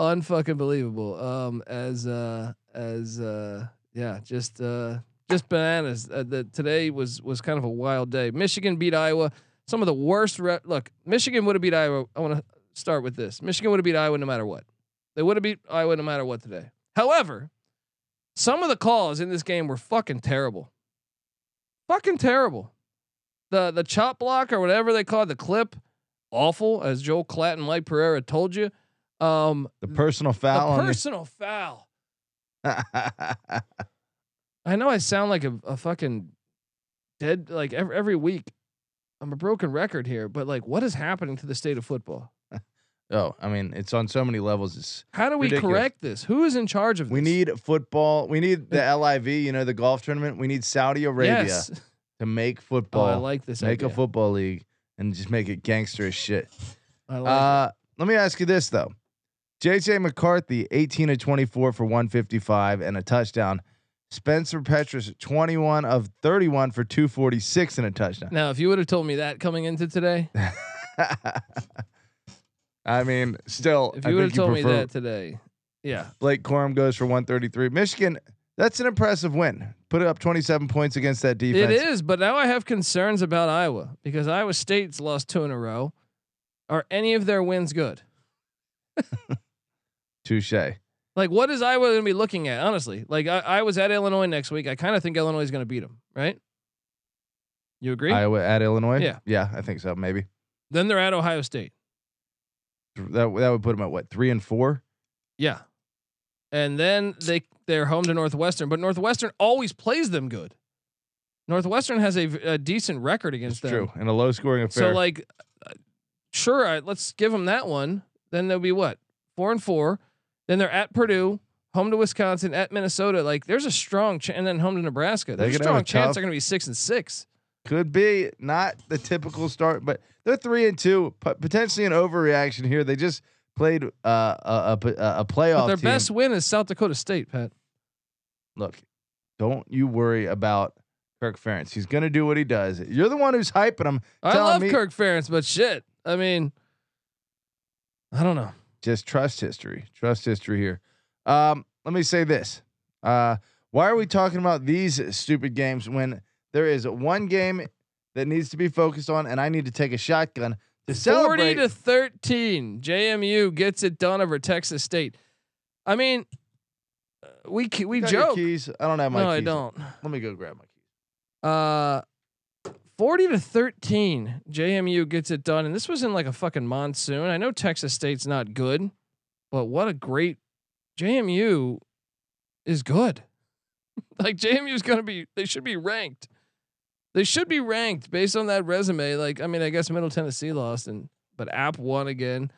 Speaker 1: Unfucking believable. Um as uh as uh yeah, just uh just bananas. Uh, the, today was was kind of a wild day. Michigan beat Iowa. Some of the worst. Re- look, Michigan would have beat Iowa. I want to start with this. Michigan would have beat Iowa no matter what. They would have beat Iowa no matter what today. However, some of the calls in this game were fucking terrible. Fucking terrible. The the chop block or whatever they call it, the clip, awful as Joel Klatt and Mike Pereira told you. Um,
Speaker 7: The personal foul
Speaker 1: the
Speaker 7: on
Speaker 1: personal foul.
Speaker 7: the-
Speaker 1: I know I sound like a, a fucking dead like every, every week. I'm a broken record here, but like, what is happening to the state of football?
Speaker 7: (laughs) Oh, I mean, it's on so many levels. It's
Speaker 1: How do we
Speaker 7: Ridiculous.
Speaker 1: correct this? Who is in charge of this?
Speaker 7: we need football. We need the LIV, you know, the golf tournament. We need Saudi Arabia
Speaker 1: Yes.
Speaker 7: to
Speaker 1: Oh,
Speaker 7: make
Speaker 1: I
Speaker 7: football,
Speaker 1: like this.
Speaker 7: make a
Speaker 1: idea.
Speaker 7: football league, and just make it gangster as shit.
Speaker 1: I like it.
Speaker 7: Uh, let me ask you this though. JJ McCarthy, 18 of 24 for 155 and a touchdown. Spencer Petras, 21 of 31 for 246 and a touchdown. (laughs)
Speaker 1: Now, if you would have told me that coming into today,
Speaker 7: I mean, still,
Speaker 1: if
Speaker 7: I
Speaker 1: you would have
Speaker 7: think you
Speaker 1: told me
Speaker 7: prefer
Speaker 1: that today, yeah,
Speaker 7: Blake Corum goes for 133. Michigan, that's an impressive win. Put up 27 points against that (laughs) defense.
Speaker 1: it is. But now I have concerns about Iowa because Iowa State's lost two in a row. Are any of their wins good?
Speaker 7: Touche.
Speaker 1: Like, what is Iowa going to be looking at? Honestly, like I, I was at Illinois next week. I kind of think Illinois is going to beat them, right? You agree?
Speaker 7: Iowa at Illinois.
Speaker 1: Yeah.
Speaker 7: Yeah, I think so. Maybe
Speaker 1: Then they're at Ohio State.
Speaker 7: that that would put them at what three and four.
Speaker 1: Yeah, and then they they're home to Northwestern, but Northwestern always plays them good. Northwestern has a, v- a decent record against
Speaker 7: It's
Speaker 1: them.
Speaker 7: true. In a low scoring affair.
Speaker 1: uh, So like, uh, sure, I, let's give them that one. Then they'll be what four and four. Then they're at Purdue, home to Wisconsin, at Minnesota. Like, there's a strong chance, and then home to Nebraska.
Speaker 7: They're
Speaker 1: There's a
Speaker 7: gonna have
Speaker 1: strong
Speaker 7: a
Speaker 1: chance
Speaker 7: tough-
Speaker 1: they're going to be six and six.
Speaker 7: could be not the typical start, but they're three and two, po- potentially an overreaction here. They just played uh, a, a p- a playoff.
Speaker 1: But their
Speaker 7: team.
Speaker 1: best win is South Dakota State, Pat.
Speaker 7: Look, don't you worry about Kirk Ferentz. He's gonna do what he does. You're the one who's hyping him.
Speaker 1: I
Speaker 7: Tell
Speaker 1: love
Speaker 7: me-
Speaker 1: Kirk Ferentz, but shit, I mean, I don't know.
Speaker 7: Just trust history. Trust history here. Um, let me say this. Uh, why are we talking about these stupid games when there is one game that needs to be focused on, and I need to take a shotgun
Speaker 1: Forty
Speaker 7: to celebrate?
Speaker 1: to thirteen, JMU gets it done over Texas State. I mean, uh, we c- we
Speaker 7: Got your
Speaker 1: joke.
Speaker 7: Keys. I don't have my
Speaker 1: No, I
Speaker 7: keys.
Speaker 1: don't.
Speaker 7: Let me go grab my keys.
Speaker 1: Uh, 40 to 13, JMU gets it done. And this was in like a fucking monsoon. I know Texas State's not good, but what a great JMU is good. (laughs) like JMU is going to be, they should be ranked. They should be ranked based on that resume. Like, I mean, I guess Middle Tennessee lost and, but App won again.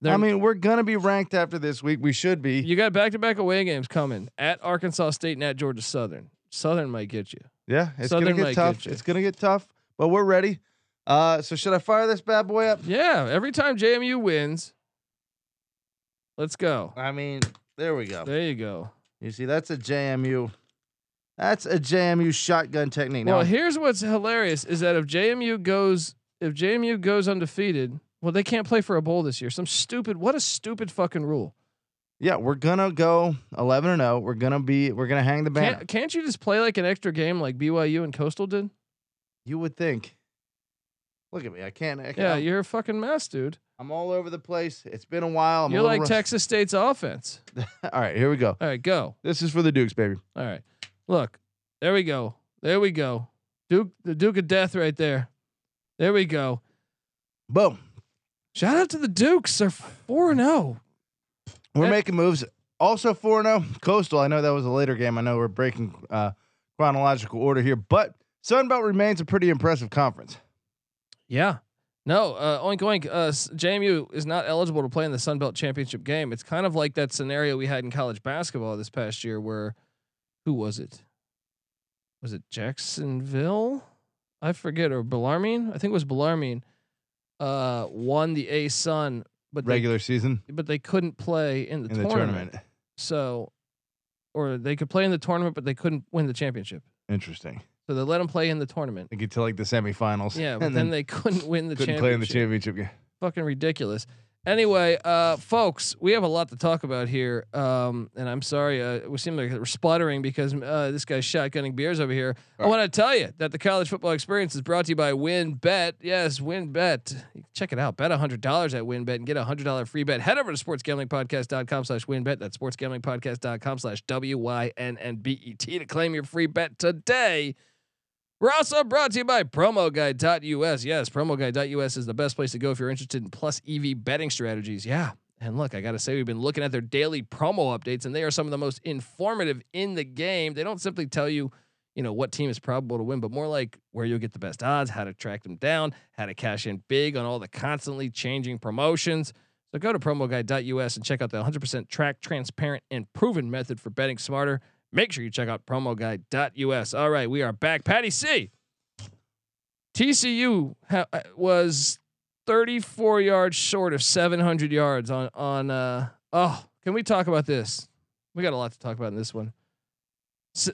Speaker 1: They're-
Speaker 7: I mean, we're gonna be ranked after this week. We should be.
Speaker 1: you got back to back away games coming at Arkansas State and at Georgia Southern. Southern might get you.
Speaker 7: yeah, it's
Speaker 1: Southern
Speaker 7: gonna
Speaker 1: might
Speaker 7: get tough.
Speaker 1: get you.
Speaker 7: it's gonna get tough, but we're ready. Uh, so should I fire this bad boy up?
Speaker 1: Yeah, every time JMU wins, let's go.
Speaker 7: I mean, there we go.
Speaker 1: There you go.
Speaker 7: You see, that's a JMU. That's a JMU shotgun technique. Now,
Speaker 1: Well, here's what's hilarious is that if JMU goes if JMU goes undefeated, well, they can't play for a bowl this year. Some stupid what a stupid fucking rule.
Speaker 7: yeah, we're gonna go eleven and zero. We're gonna be. We're gonna hang the banner.
Speaker 1: Can't, can't you just play like an extra game like BYU and Coastal did?
Speaker 7: You would think. Look at me. I can't. I can't
Speaker 1: Yeah,
Speaker 7: I'm,
Speaker 1: you're a fucking mess, dude.
Speaker 7: I'm all over the place. It's been a while. I'm a
Speaker 1: you're
Speaker 7: little
Speaker 1: like
Speaker 7: rust-
Speaker 1: Texas State's offense.
Speaker 7: (laughs) all right, here we go.
Speaker 1: All right, go.
Speaker 7: This is for the Dukes, baby.
Speaker 1: All right. Look. There we go. There we go. Duke the Duke of Death right there. There we go.
Speaker 7: Boom.
Speaker 1: Shout out to the Dukes. They're oh. 4 0.
Speaker 7: We're
Speaker 1: Yeah.
Speaker 7: making moves. Also 4 0 Coastal. I know that was a later game. I know we're breaking uh, chronological order here, but Sun Belt remains a pretty impressive conference.
Speaker 1: Yeah. No, uh, oink oink. Uh, s- JMU is not eligible to play in the Sun Belt Championship game. It's kind of like that scenario we had in college basketball this past year where, who was it? Was it Jacksonville? I forget. Or Bellarmine? I think it was Bellarmine. Uh, won the A Sun, but
Speaker 7: Regular season
Speaker 1: they, but they couldn't play in the
Speaker 7: in
Speaker 1: tournament.
Speaker 7: the tournament.
Speaker 1: So, or they could play in the tournament, but they couldn't win the championship.
Speaker 7: Interesting.
Speaker 1: So they let them play in the tournament.
Speaker 7: They get to like the semifinals.
Speaker 1: Yeah,
Speaker 7: and
Speaker 1: but then, they couldn't win the
Speaker 7: couldn't
Speaker 1: championship.
Speaker 7: play in the championship game.
Speaker 1: Fucking ridiculous. Anyway, uh, folks, we have a lot to talk about here, um, and I'm sorry uh, we seem like we're sputtering because uh, this guy's shotgunning beers over here. I
Speaker 7: All right.
Speaker 1: want to tell you that the college football experience is brought to you by WinBet. Yes, WinBet. Check it out. Bet hundred dollars at WinBet and get a hundred dollar free bet. Head over to sportsgamblingpodcast.com/winbet. That's sportsgamblingpodcast.com/wynnbet E to claim your free bet today. We're also brought to you by promoguide.us. Yes, promoguide.us is the best place to go if you're interested in plus EV betting strategies. Yeah. And look, I got to say, we've been looking at their daily promo updates, and they are some of the most informative in the game. They don't simply tell you, you know what team is probable to win, but more like where you'll get the best odds, how to track them down, how to cash in big on all the constantly changing promotions. So go to promoguide.us and check out the 100% track, transparent, and proven method for betting smarter. Make sure you check out promoguide.us. All right, we are back. Patty C. TCU ha- uh, was 34 yards short of 700 yards on on. Uh, oh, can we talk about this? We got a lot to talk about in this one. S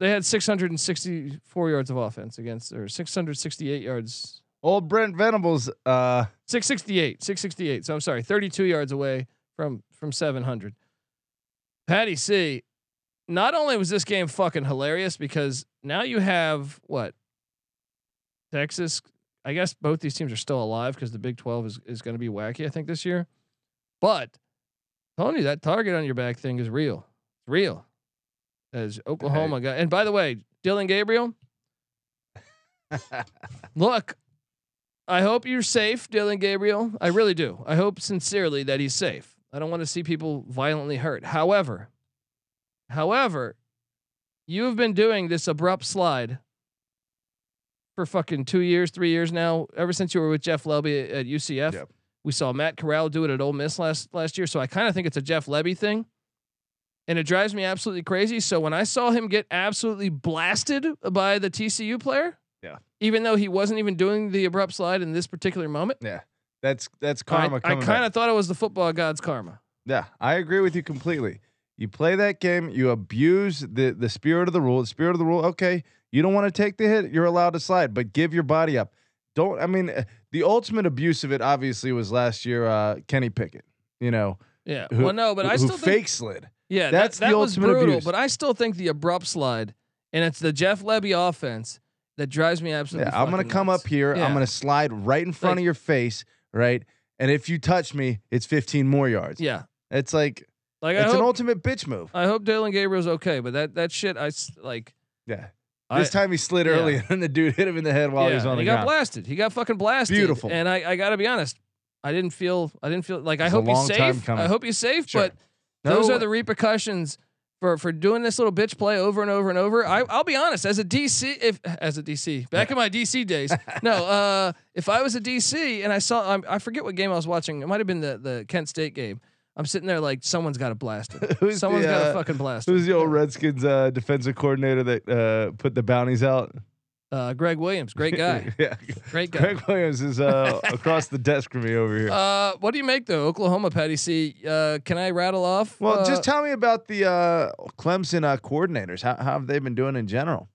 Speaker 1: they had 664 yards of offense against, or 668 yards
Speaker 7: Old Brent Venables. Uh,
Speaker 1: 668 668 so i'm sorry 32 yards away from from 700 patty c not only was this game fucking hilarious because now you have what texas i guess both these teams are still alive because the big 12 is, is going to be wacky i think this year but tony that target on your back thing is real it's real as oklahoma got and by the way dylan gabriel look I hope you're safe, Dylan Gabriel. I really do. I hope sincerely that he's safe. I don't want to see people violently hurt. However, however, you have been doing this abrupt slide for fucking two years, three years now. Ever since you were with Jeff Levy at UCF,
Speaker 7: Yep.
Speaker 1: we saw Matt Corral do it at Ole Miss last last year. So I kind of think it's a Jeff Levy thing, and it drives me absolutely crazy. So when I saw him get absolutely blasted by the TCU player,
Speaker 7: Yeah.
Speaker 1: even though he wasn't even doing the abrupt slide in this particular moment,
Speaker 7: yeah, that's that's
Speaker 1: I,
Speaker 7: karma.
Speaker 1: I
Speaker 7: coming back.
Speaker 1: kind of thought it was the football god's karma.
Speaker 7: Yeah, I agree with you completely. You play that game, you abuse the the spirit of the rule. The spirit of the rule, okay, you don't want to take the hit, you're allowed to slide, but give your body up. Don't I mean uh, the ultimate abuse of it obviously was last year uh Kenny Pickett, you know,
Speaker 1: Yeah.
Speaker 7: who
Speaker 1: well, no, but
Speaker 7: who,
Speaker 1: I
Speaker 7: who
Speaker 1: still think
Speaker 7: fake slid.
Speaker 1: yeah,
Speaker 7: that's
Speaker 1: that,
Speaker 7: the
Speaker 1: that was
Speaker 7: ultimate
Speaker 1: brutal.
Speaker 7: abuse.
Speaker 1: But I still think the abrupt slide, and it's the Jeff Levy offense that drives me absolutely.
Speaker 7: Yeah, I'm going to
Speaker 1: fucking
Speaker 7: come
Speaker 1: nuts.
Speaker 7: up here,
Speaker 1: Yeah.
Speaker 7: I'm going to slide right in front
Speaker 1: Like-
Speaker 7: of your face, right? And if you touch me, it's 15 more yards.
Speaker 1: Yeah.
Speaker 7: It's like
Speaker 1: Like I
Speaker 7: it's
Speaker 1: hope,
Speaker 7: an ultimate bitch move.
Speaker 1: I hope Dylan Gabriel's okay, but that that shit, I s- like.
Speaker 7: Yeah.
Speaker 1: I-
Speaker 7: This time he slid
Speaker 1: yeah.
Speaker 7: early (laughs) and the dude hit him in the head while he was
Speaker 1: and
Speaker 7: on
Speaker 1: he
Speaker 7: the
Speaker 1: got
Speaker 7: ground.
Speaker 1: blasted. He got fucking blasted.
Speaker 7: Beautiful.
Speaker 1: And I, I gotta be honest, I didn't feel, I didn't feel like I
Speaker 7: It's a
Speaker 1: hope he's
Speaker 7: long time
Speaker 1: safe. I
Speaker 7: coming.
Speaker 1: hope he's safe,
Speaker 7: Sure.
Speaker 1: but those
Speaker 7: No
Speaker 1: are the repercussions for for doing this little bitch play over and over and over. I, I'll be honest, as a DC, if as a DC, back in my DC days,
Speaker 7: (laughs)
Speaker 1: no, uh, if I was a DC and I saw, I'm, I forget what game I was watching. It might have been the the Kent State game. I'm sitting there like someone's got a blaster.
Speaker 7: (laughs) Who's
Speaker 1: Someone's
Speaker 7: the,
Speaker 1: got a
Speaker 7: uh,
Speaker 1: fucking blaster.
Speaker 7: Who's the old Redskins uh, defensive coordinator that uh, put the bounties out?
Speaker 1: Uh, Greg Williams, great guy,
Speaker 7: (laughs) yeah.
Speaker 1: great guy.
Speaker 7: Greg Williams is
Speaker 1: (laughs)
Speaker 7: uh, across the desk from me over here.
Speaker 1: Uh, what do you make though, Oklahoma, Patty C? Uh, can I rattle off?
Speaker 7: well,
Speaker 1: uh,
Speaker 7: just tell me about the uh, Clemson uh, coordinators. How, how have they been doing in general?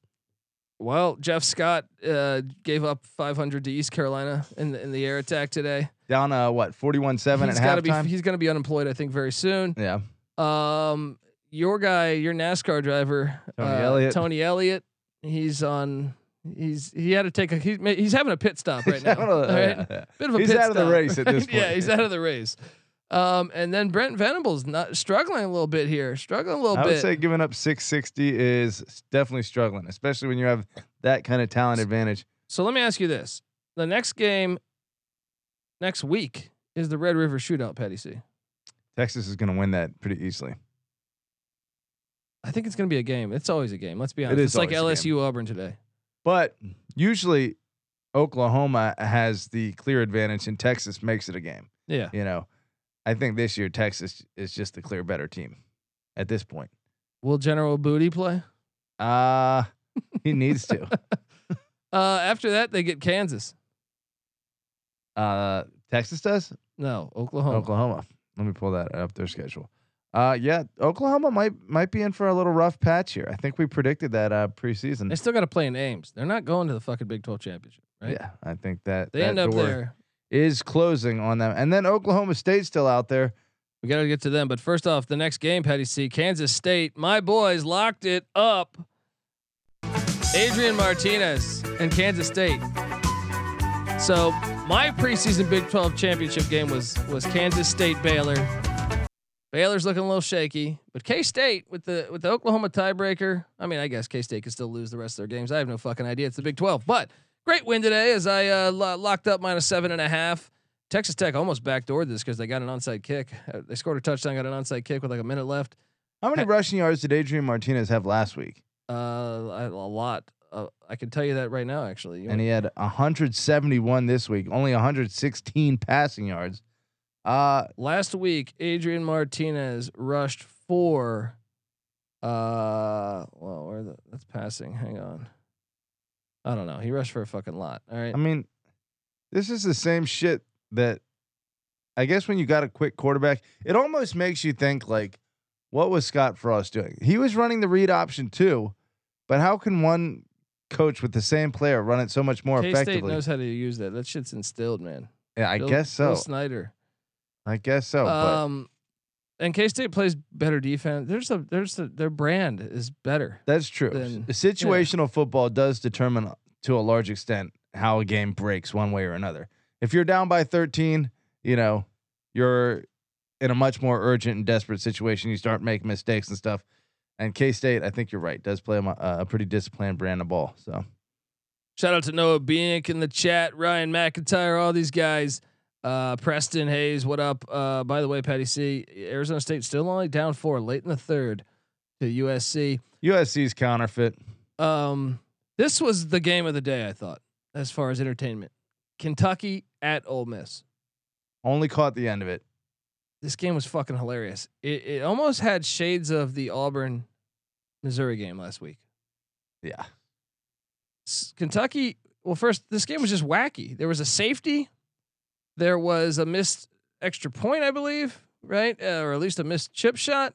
Speaker 1: well, Jeff Scott uh, gave up 500 to East Carolina in the, in the air attack today.
Speaker 7: Down uh, what forty-one seven at
Speaker 1: He's gotta
Speaker 7: halftime.
Speaker 1: be he's going to be unemployed, I think, very soon.
Speaker 7: yeah,
Speaker 1: Um, your guy, your NASCAR driver, uh,
Speaker 7: Tony Elliott.
Speaker 1: Tony Elliott. He's on. He's he had to take a. He's ma- he's having a pit stop right
Speaker 7: (laughs) (laughs) He's
Speaker 1: now.
Speaker 7: having a-
Speaker 1: all right?
Speaker 7: yeah, yeah.
Speaker 1: Bit of a
Speaker 7: He's
Speaker 1: pit
Speaker 7: out of the
Speaker 1: stop,
Speaker 7: race at this
Speaker 1: right? (laughs) yeah,
Speaker 7: point.
Speaker 1: he's out of the race. Um, and then Brent Venables not struggling a little bit here, struggling a little
Speaker 7: I
Speaker 1: bit.
Speaker 7: would say giving up six sixty is definitely struggling, especially when you have that kind of talent advantage.
Speaker 1: So let me ask you this: the next game, next week, is the Red River Shootout, Patty C.
Speaker 7: Texas is going to win that pretty easily.
Speaker 1: I think it's going to be a game. It's always a game. Let's be honest.
Speaker 7: is
Speaker 1: it's like
Speaker 7: always a game.
Speaker 1: LSU Auburn today.
Speaker 7: But usually Oklahoma has the clear advantage and Texas makes it a game.
Speaker 1: Yeah.
Speaker 7: You know, I think this year Texas is just the clear better team at this point.
Speaker 1: Will General Booty play?
Speaker 7: Uh he needs
Speaker 1: (laughs)
Speaker 7: to.
Speaker 1: Uh, after that, they get Kansas.
Speaker 7: Uh Texas does?
Speaker 1: No, Oklahoma.
Speaker 7: Oklahoma. Let me pull that up their schedule. Uh yeah, Oklahoma might might be in for a little rough patch here. I think we predicted that uh preseason.
Speaker 1: They still got to play in Ames. They're not going to the fucking Big Twelve championship, right?
Speaker 7: Yeah, I think that
Speaker 1: They
Speaker 7: that
Speaker 1: end up
Speaker 7: door
Speaker 1: there.
Speaker 7: is closing on them. And then Oklahoma State's still out there.
Speaker 1: We got to get to them. But first off, the next game, Patty C, Kansas State. My boys locked it up. Adrian Martinez and Kansas State. So my preseason Big 12 championship game was was Kansas State Baylor. Baylor's looking a little shaky, but K State with the with the Oklahoma tiebreaker. I mean, I guess K State could still lose the rest of their games. I have no fucking idea. It's the Big 12, but great win today as I uh, lo- locked up minus seven and a half. Texas Tech almost backdoored this because they got an onside kick. Uh, They scored a touchdown, got an onside kick with like a minute left.
Speaker 7: How many
Speaker 1: Hey.
Speaker 7: rushing yards did Adrian Martinez have last week?
Speaker 1: Uh, I- a lot. Uh, I can tell you that right now, actually. You
Speaker 7: and he had 171 this week, only 116 (laughs) passing yards. Uh,
Speaker 1: last week Adrian Martinez rushed for uh well where the that's passing. Hang on. I don't know. He rushed for a fucking lot. All right.
Speaker 7: I mean, this is the same shit that I guess when you got a quick quarterback, it almost makes you think like, what was Scott Frost doing? He was running the read option too, but how can one coach with the same player run it so much more
Speaker 1: K State
Speaker 7: effectively?
Speaker 1: knows how to use that. That shit's instilled, man.
Speaker 7: yeah, I
Speaker 1: Bill-
Speaker 7: guess so.
Speaker 1: Bill Snyder.
Speaker 7: I guess so. but
Speaker 1: um and K State plays better defense. There's a there's a, their brand is better.
Speaker 7: that's true.
Speaker 1: then-
Speaker 7: S- Situational football does determine to a large extent how a game breaks one way or another. If you're down by 13, you know, you're in a much more urgent and desperate situation. You start making mistakes and stuff. And K State, I think you're right, does play a, mo- a pretty disciplined brand of ball. So
Speaker 1: Shout out to Noah Bienk in the chat, Ryan McIntyre, all these guys. Uh, Preston Hayes, what up? Uh, by the way, Patty C, Arizona State still only down four late in the third to USC.
Speaker 7: USC's counterfeit.
Speaker 1: Um, this was the game of the day, I thought, as far as entertainment. Kentucky at Ole Miss.
Speaker 7: Only caught the end of it.
Speaker 1: This game was fucking hilarious. It, it almost had shades of the Auburn, Missouri game last week.
Speaker 7: Yeah.
Speaker 1: S- Kentucky. Well, first, this game was just wacky. There was a safety. There was a missed extra point, I believe, right, uh, or at least a missed chip shot.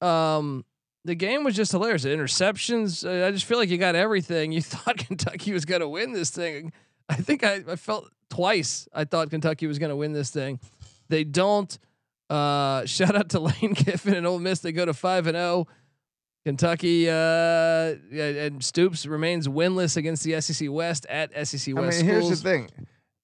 Speaker 1: Um, the game was just hilarious. The interceptions. uh, I just feel like you got everything. You (laughs) thought Kentucky was going to win this thing. I think I, I felt twice. I thought Kentucky was going to win this thing. They don't. Uh, (laughs) shout out to Lane Kiffin and Ole Miss. They go to five and zero. Kentucky uh, and- and Stoops remains winless against the SEC West at SEC
Speaker 7: I mean,
Speaker 1: West
Speaker 7: here's the
Speaker 1: schools.
Speaker 7: thing.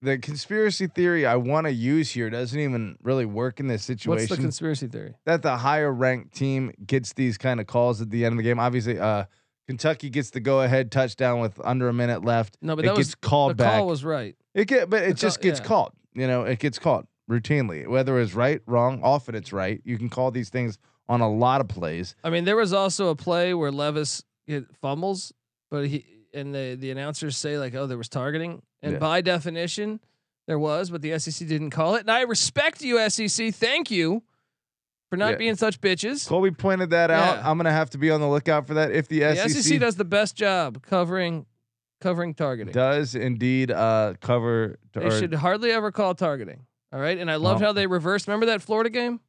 Speaker 7: The conspiracy theory I want to use here doesn't even really work in this
Speaker 1: What's
Speaker 7: situation.
Speaker 1: the conspiracy theory?
Speaker 7: that the higher ranked team gets these kind of calls at the end of the game. Obviously, uh, Kentucky gets the go ahead touchdown with under a minute left.
Speaker 1: No, but
Speaker 7: it
Speaker 1: that was
Speaker 7: gets called
Speaker 1: the
Speaker 7: back.
Speaker 1: call was right.
Speaker 7: it get, but
Speaker 1: the
Speaker 7: it just
Speaker 1: call-
Speaker 7: gets
Speaker 1: yeah.
Speaker 7: called. You know, it gets called routinely, whether it's right, wrong. Often it's right. You can call these things on a lot of plays.
Speaker 1: I mean, there was also a play where Levis hit fumbles, but he and the the announcers say like, "Oh, there was targeting," and
Speaker 7: Yeah.
Speaker 1: by definition, there was, but the SEC didn't call it. And I respect you, SEC. Thank you for not
Speaker 7: Yeah.
Speaker 1: being such bitches.
Speaker 7: Colby pointed that out.
Speaker 1: Yeah.
Speaker 7: I'm gonna have to be on the lookout for that. If the, E
Speaker 1: The SEC, does the best job covering covering targeting.
Speaker 7: does indeed uh, cover, to,
Speaker 1: They
Speaker 7: or
Speaker 1: should hardly ever call targeting. All right, and I loved
Speaker 7: Well-
Speaker 1: how they reversed. Remember that Florida game?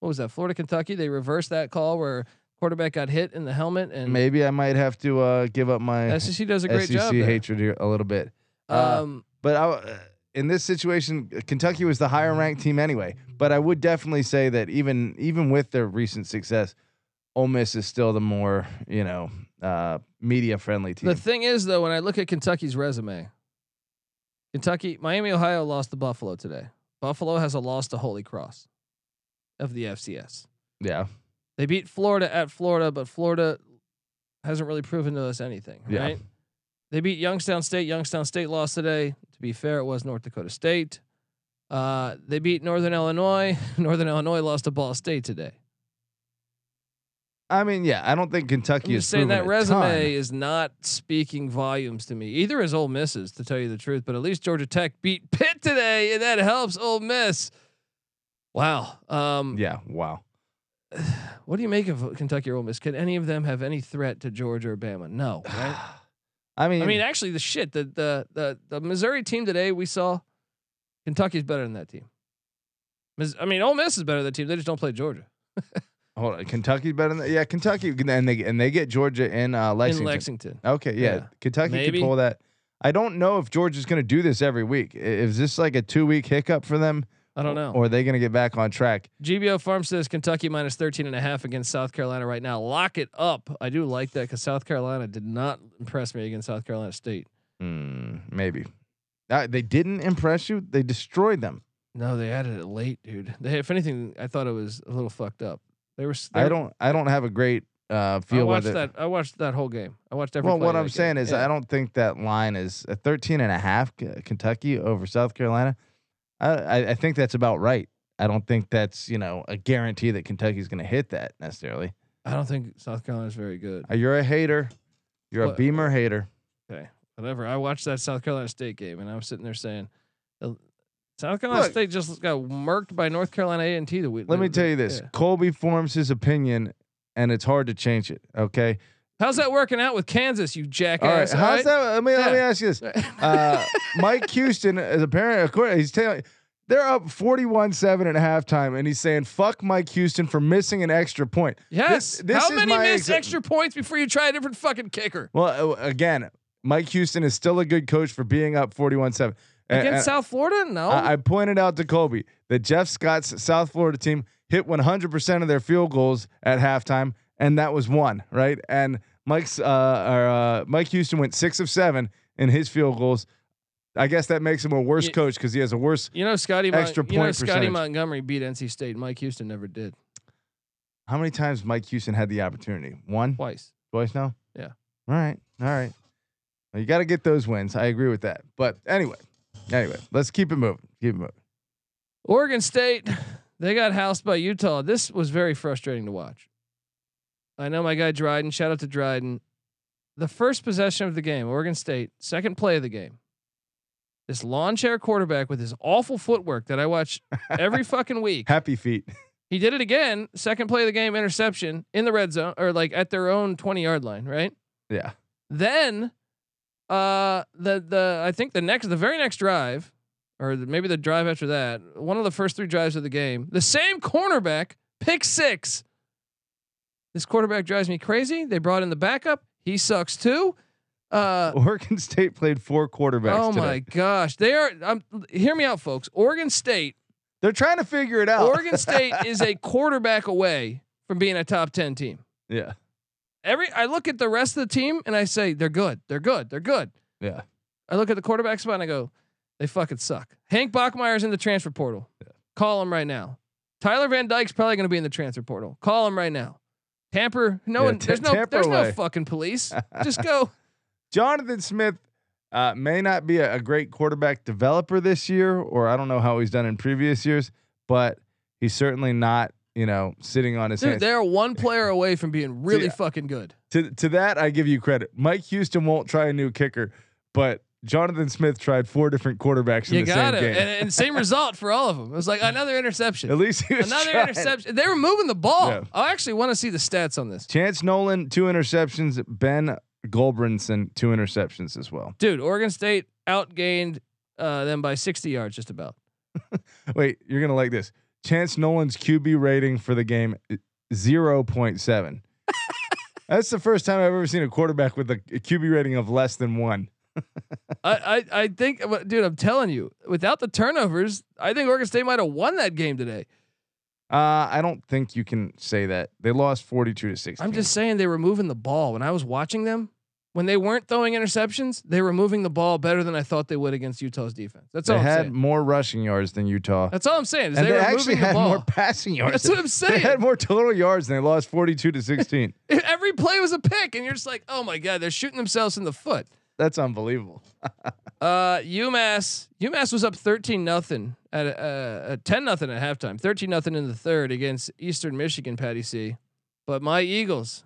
Speaker 1: What was that? Florida Kentucky. They reversed that call where quarterback got hit in the helmet, and
Speaker 7: maybe I might have to uh, give up my
Speaker 1: SEC E does a great
Speaker 7: SEC
Speaker 1: job. there.
Speaker 7: hatred here a little bit. Uh,
Speaker 1: Um,
Speaker 7: But I, in this situation, Kentucky was the higher ranked team anyway. But I would definitely say that even even with their recent success, Ole Miss is still the more you know uh, media friendly team.
Speaker 1: The thing is, though, when I look at Kentucky's resume, Kentucky, Miami, Ohio lost to Buffalo today. Buffalo has a loss to Holy Cross of the FCS.
Speaker 7: yeah,
Speaker 1: They beat Florida at Florida, but Florida hasn't really proven to us anything,
Speaker 7: Yeah.
Speaker 1: right? They beat Youngstown State. Youngstown State lost today. To be fair, it was North Dakota State. Uh, they beat Northern Illinois. (laughs) Northern Illinois lost to Ball State today.
Speaker 7: I mean, yeah, I don't think
Speaker 1: I'm
Speaker 7: Kentucky is
Speaker 1: just saying that resume
Speaker 7: resume.
Speaker 1: is not speaking volumes to me. Either is Ole Miss's, to tell you the truth, but at least Georgia Tech beat Pitt today, and that helps Ole Miss. Wow. Um,
Speaker 7: Yeah, wow.
Speaker 1: What do you make of Kentucky or Ole Miss? Can any of them have any threat to Georgia or Bama? No. Right?
Speaker 7: I mean,
Speaker 1: I mean, actually, the shit the, the the the Missouri team today we saw, Kentucky's better than that team. Mis- I mean, Ole Miss is better than that team. They just don't play Georgia
Speaker 7: hold on, Kentucky's better than yeah, Kentucky, and they and they get Georgia in uh, Lexington.
Speaker 1: in Lexington.
Speaker 7: Okay, yeah,
Speaker 1: Yeah.
Speaker 7: Kentucky
Speaker 1: Maybe.
Speaker 7: can pull that. I don't know if Georgia's going to do this every week. I- Is this like a two week hiccup for them?
Speaker 1: I don't know.
Speaker 7: Or are they going to get back on track?
Speaker 1: GBO Farm says Kentucky minus 13 and a half against South Carolina right now. Lock it up. I do like that because South Carolina did not impress me against South Carolina State.
Speaker 7: Hmm, maybe. Uh, they didn't impress you. They destroyed them.
Speaker 1: No, they added it late, dude. They, if anything, I thought it was a little fucked up. They were. s- They
Speaker 7: I
Speaker 1: were-
Speaker 7: don't. I don't have a great uh,
Speaker 1: I
Speaker 7: feel
Speaker 1: watched
Speaker 7: whether.
Speaker 1: that. I watched that whole game. I watched every.
Speaker 7: well,
Speaker 1: play
Speaker 7: what
Speaker 1: of
Speaker 7: I'm
Speaker 1: that
Speaker 7: saying
Speaker 1: game.
Speaker 7: is,
Speaker 1: Yeah.
Speaker 7: I don't think that line is a 13 and a half K- Kentucky over South Carolina. I, I, I think that's about right. I don't think that's you know a guarantee that Kentucky's going to hit that necessarily.
Speaker 1: I don't think South Carolina's very good.
Speaker 7: Uh, You're a hater. You're a
Speaker 1: What-
Speaker 7: Beamer hater.
Speaker 1: Okay, whatever. I watched that South Carolina State game, and I'm sitting there saying, "Uh, South Carolina
Speaker 7: Look.
Speaker 1: State just got murked by North Carolina A and T. The week.
Speaker 7: Let me tell you this:
Speaker 1: yeah.
Speaker 7: Colby forms his opinion, and it's hard to change it. Okay.
Speaker 1: How's that working out with Kansas? You
Speaker 7: All right.
Speaker 1: jackass.
Speaker 7: How's that? Let me let me
Speaker 1: Yeah.
Speaker 7: ask you
Speaker 1: (laughs)
Speaker 7: this.
Speaker 1: that?
Speaker 7: Uh, Mike Houston is apparently according. He's telling they're up 41-7 at halftime, and he's saying "fuck Mike Houston" for missing an extra point.
Speaker 1: yes.
Speaker 7: this
Speaker 1: How
Speaker 7: is
Speaker 1: many
Speaker 7: my
Speaker 1: missed
Speaker 7: exit-
Speaker 1: extra points before you try a different fucking kicker
Speaker 7: Well, uh, again, Mike Houston is still a good coach for being up 41-7. And-
Speaker 1: against
Speaker 7: and
Speaker 1: South Florida? No.
Speaker 7: I, I pointed out to Kobe that Jeff Scott's South Florida team hit 100% of their field goals at halftime, and that was one, right? And Mike's uh, or, uh, Mike Houston went six of seven in his field goals. I guess that makes him a worse
Speaker 1: Ye-
Speaker 7: coach because he has a worse.
Speaker 1: you know, Scotty. Mon-
Speaker 7: Extra
Speaker 1: you know,
Speaker 7: point
Speaker 1: Scotty
Speaker 7: percentage.
Speaker 1: Montgomery beat NC State. Mike Houston never did
Speaker 7: How many times Mike Houston had the opportunity? One,
Speaker 1: twice.
Speaker 7: twice now.
Speaker 1: Yeah.
Speaker 7: All right. All right. Now you got to get those wins. I agree with that. But anyway, anyway, let's keep it moving. Keep it moving.
Speaker 1: Oregon State, (laughs) they got housed by Utah. This was very frustrating to watch. I know my guy Dryden, shout out to Dryden. The first possession of the game, Oregon State, second play of the game. This lawn chair quarterback with his awful footwork that I watch
Speaker 7: (laughs)
Speaker 1: every fucking week.
Speaker 7: Happy feet. (laughs)
Speaker 1: He did it again, second play of the game, interception in the red zone or like at their own 20 yard line, right?
Speaker 7: Yeah.
Speaker 1: Then, uh, the the I think the next the very next drive, or the, maybe the drive after that, one of the first three drives of the game, the same cornerback pick six. This quarterback drives me crazy. They brought in the backup. He sucks too. Uh,
Speaker 7: Oregon State played four quarterbacks.
Speaker 1: oh
Speaker 7: today.
Speaker 1: my gosh, they are. Um, hear me out, folks. Oregon State.
Speaker 7: They're trying to figure it out.
Speaker 1: Oregon
Speaker 7: (laughs)
Speaker 1: State is a quarterback away from being a top ten team.
Speaker 7: yeah.
Speaker 1: Every I look at the rest of the team and I say they're good. They're good. They're good.
Speaker 7: Yeah.
Speaker 1: I look at the quarterback spot and I go, they fucking suck. Hank Bachmeyer's in the transfer portal. Call him right now. Tyler Van Dyke's probably going to be in the transfer portal. Call him right now. Tamper, no
Speaker 7: Yeah,
Speaker 1: one.
Speaker 7: ta-
Speaker 1: There's no.
Speaker 7: tamper
Speaker 1: There's no
Speaker 7: away.
Speaker 1: fucking
Speaker 7: (laughs)
Speaker 1: police. (laughs) Just go.
Speaker 7: Jonathan Smith uh, may not be a, a great quarterback developer this year, or I don't know how he's done in previous years, but he's certainly not, you know, sitting on his
Speaker 1: Dude,
Speaker 7: hands.
Speaker 1: they're one
Speaker 7: (laughs)
Speaker 1: player away from being really
Speaker 7: Yeah.
Speaker 1: fucking good.
Speaker 7: to, to that, I give you credit. Mike Houston won't try a new kicker, but Jonathan Smith tried four different quarterbacks in
Speaker 1: You
Speaker 7: the
Speaker 1: got
Speaker 7: same
Speaker 1: it,
Speaker 7: game.
Speaker 1: and, and same result for all of them. It was like another interception.
Speaker 7: (laughs) At least he was
Speaker 1: another
Speaker 7: trying.
Speaker 1: interception. They were moving the ball.
Speaker 7: Yeah.
Speaker 1: I actually want to see the stats on this.
Speaker 7: Chance Nolan, two interceptions. Ben Gulbranson, two interceptions as well.
Speaker 1: Dude, Oregon State outgained uh, them by 60 yards, just about.
Speaker 7: Wait, you're gonna like this. Chance Nolan's QB rating for the game zero point
Speaker 1: (laughs)
Speaker 7: seven. That's the first time I've ever seen a quarterback with a a QB rating of less than one. (laughs)
Speaker 1: I, I, I think, but, dude, I'm telling you, without the turnovers, I think Oregon State might have won that game today.
Speaker 7: Uh, I don't think you can say that they lost forty-two to 16
Speaker 1: I'm just saying they were moving the ball. When I was watching them, when they weren't throwing interceptions, they were moving the ball better than I thought they would against Utah's defense. That's
Speaker 7: they
Speaker 1: all I'm
Speaker 7: had
Speaker 1: saying.
Speaker 7: more rushing yards than Utah,
Speaker 1: That's all I'm saying. Is
Speaker 7: and
Speaker 1: they,
Speaker 7: they,
Speaker 1: were
Speaker 7: actually
Speaker 1: moving the
Speaker 7: had
Speaker 1: ball.
Speaker 7: more passing yards.
Speaker 1: That's what I'm
Speaker 7: (laughs) they
Speaker 1: saying.
Speaker 7: had more total yards and they lost forty-two to sixteen. (laughs)
Speaker 1: (laughs) Every play was a pick, and you're just like, oh my god, they're shooting themselves in the foot.
Speaker 7: That's unbelievable.
Speaker 1: Uh, UMass. UMass was up thirteen nothing at uh ten nothing at halftime. Thirteen nothing in the third against Eastern Michigan. Patty C. But my Eagles,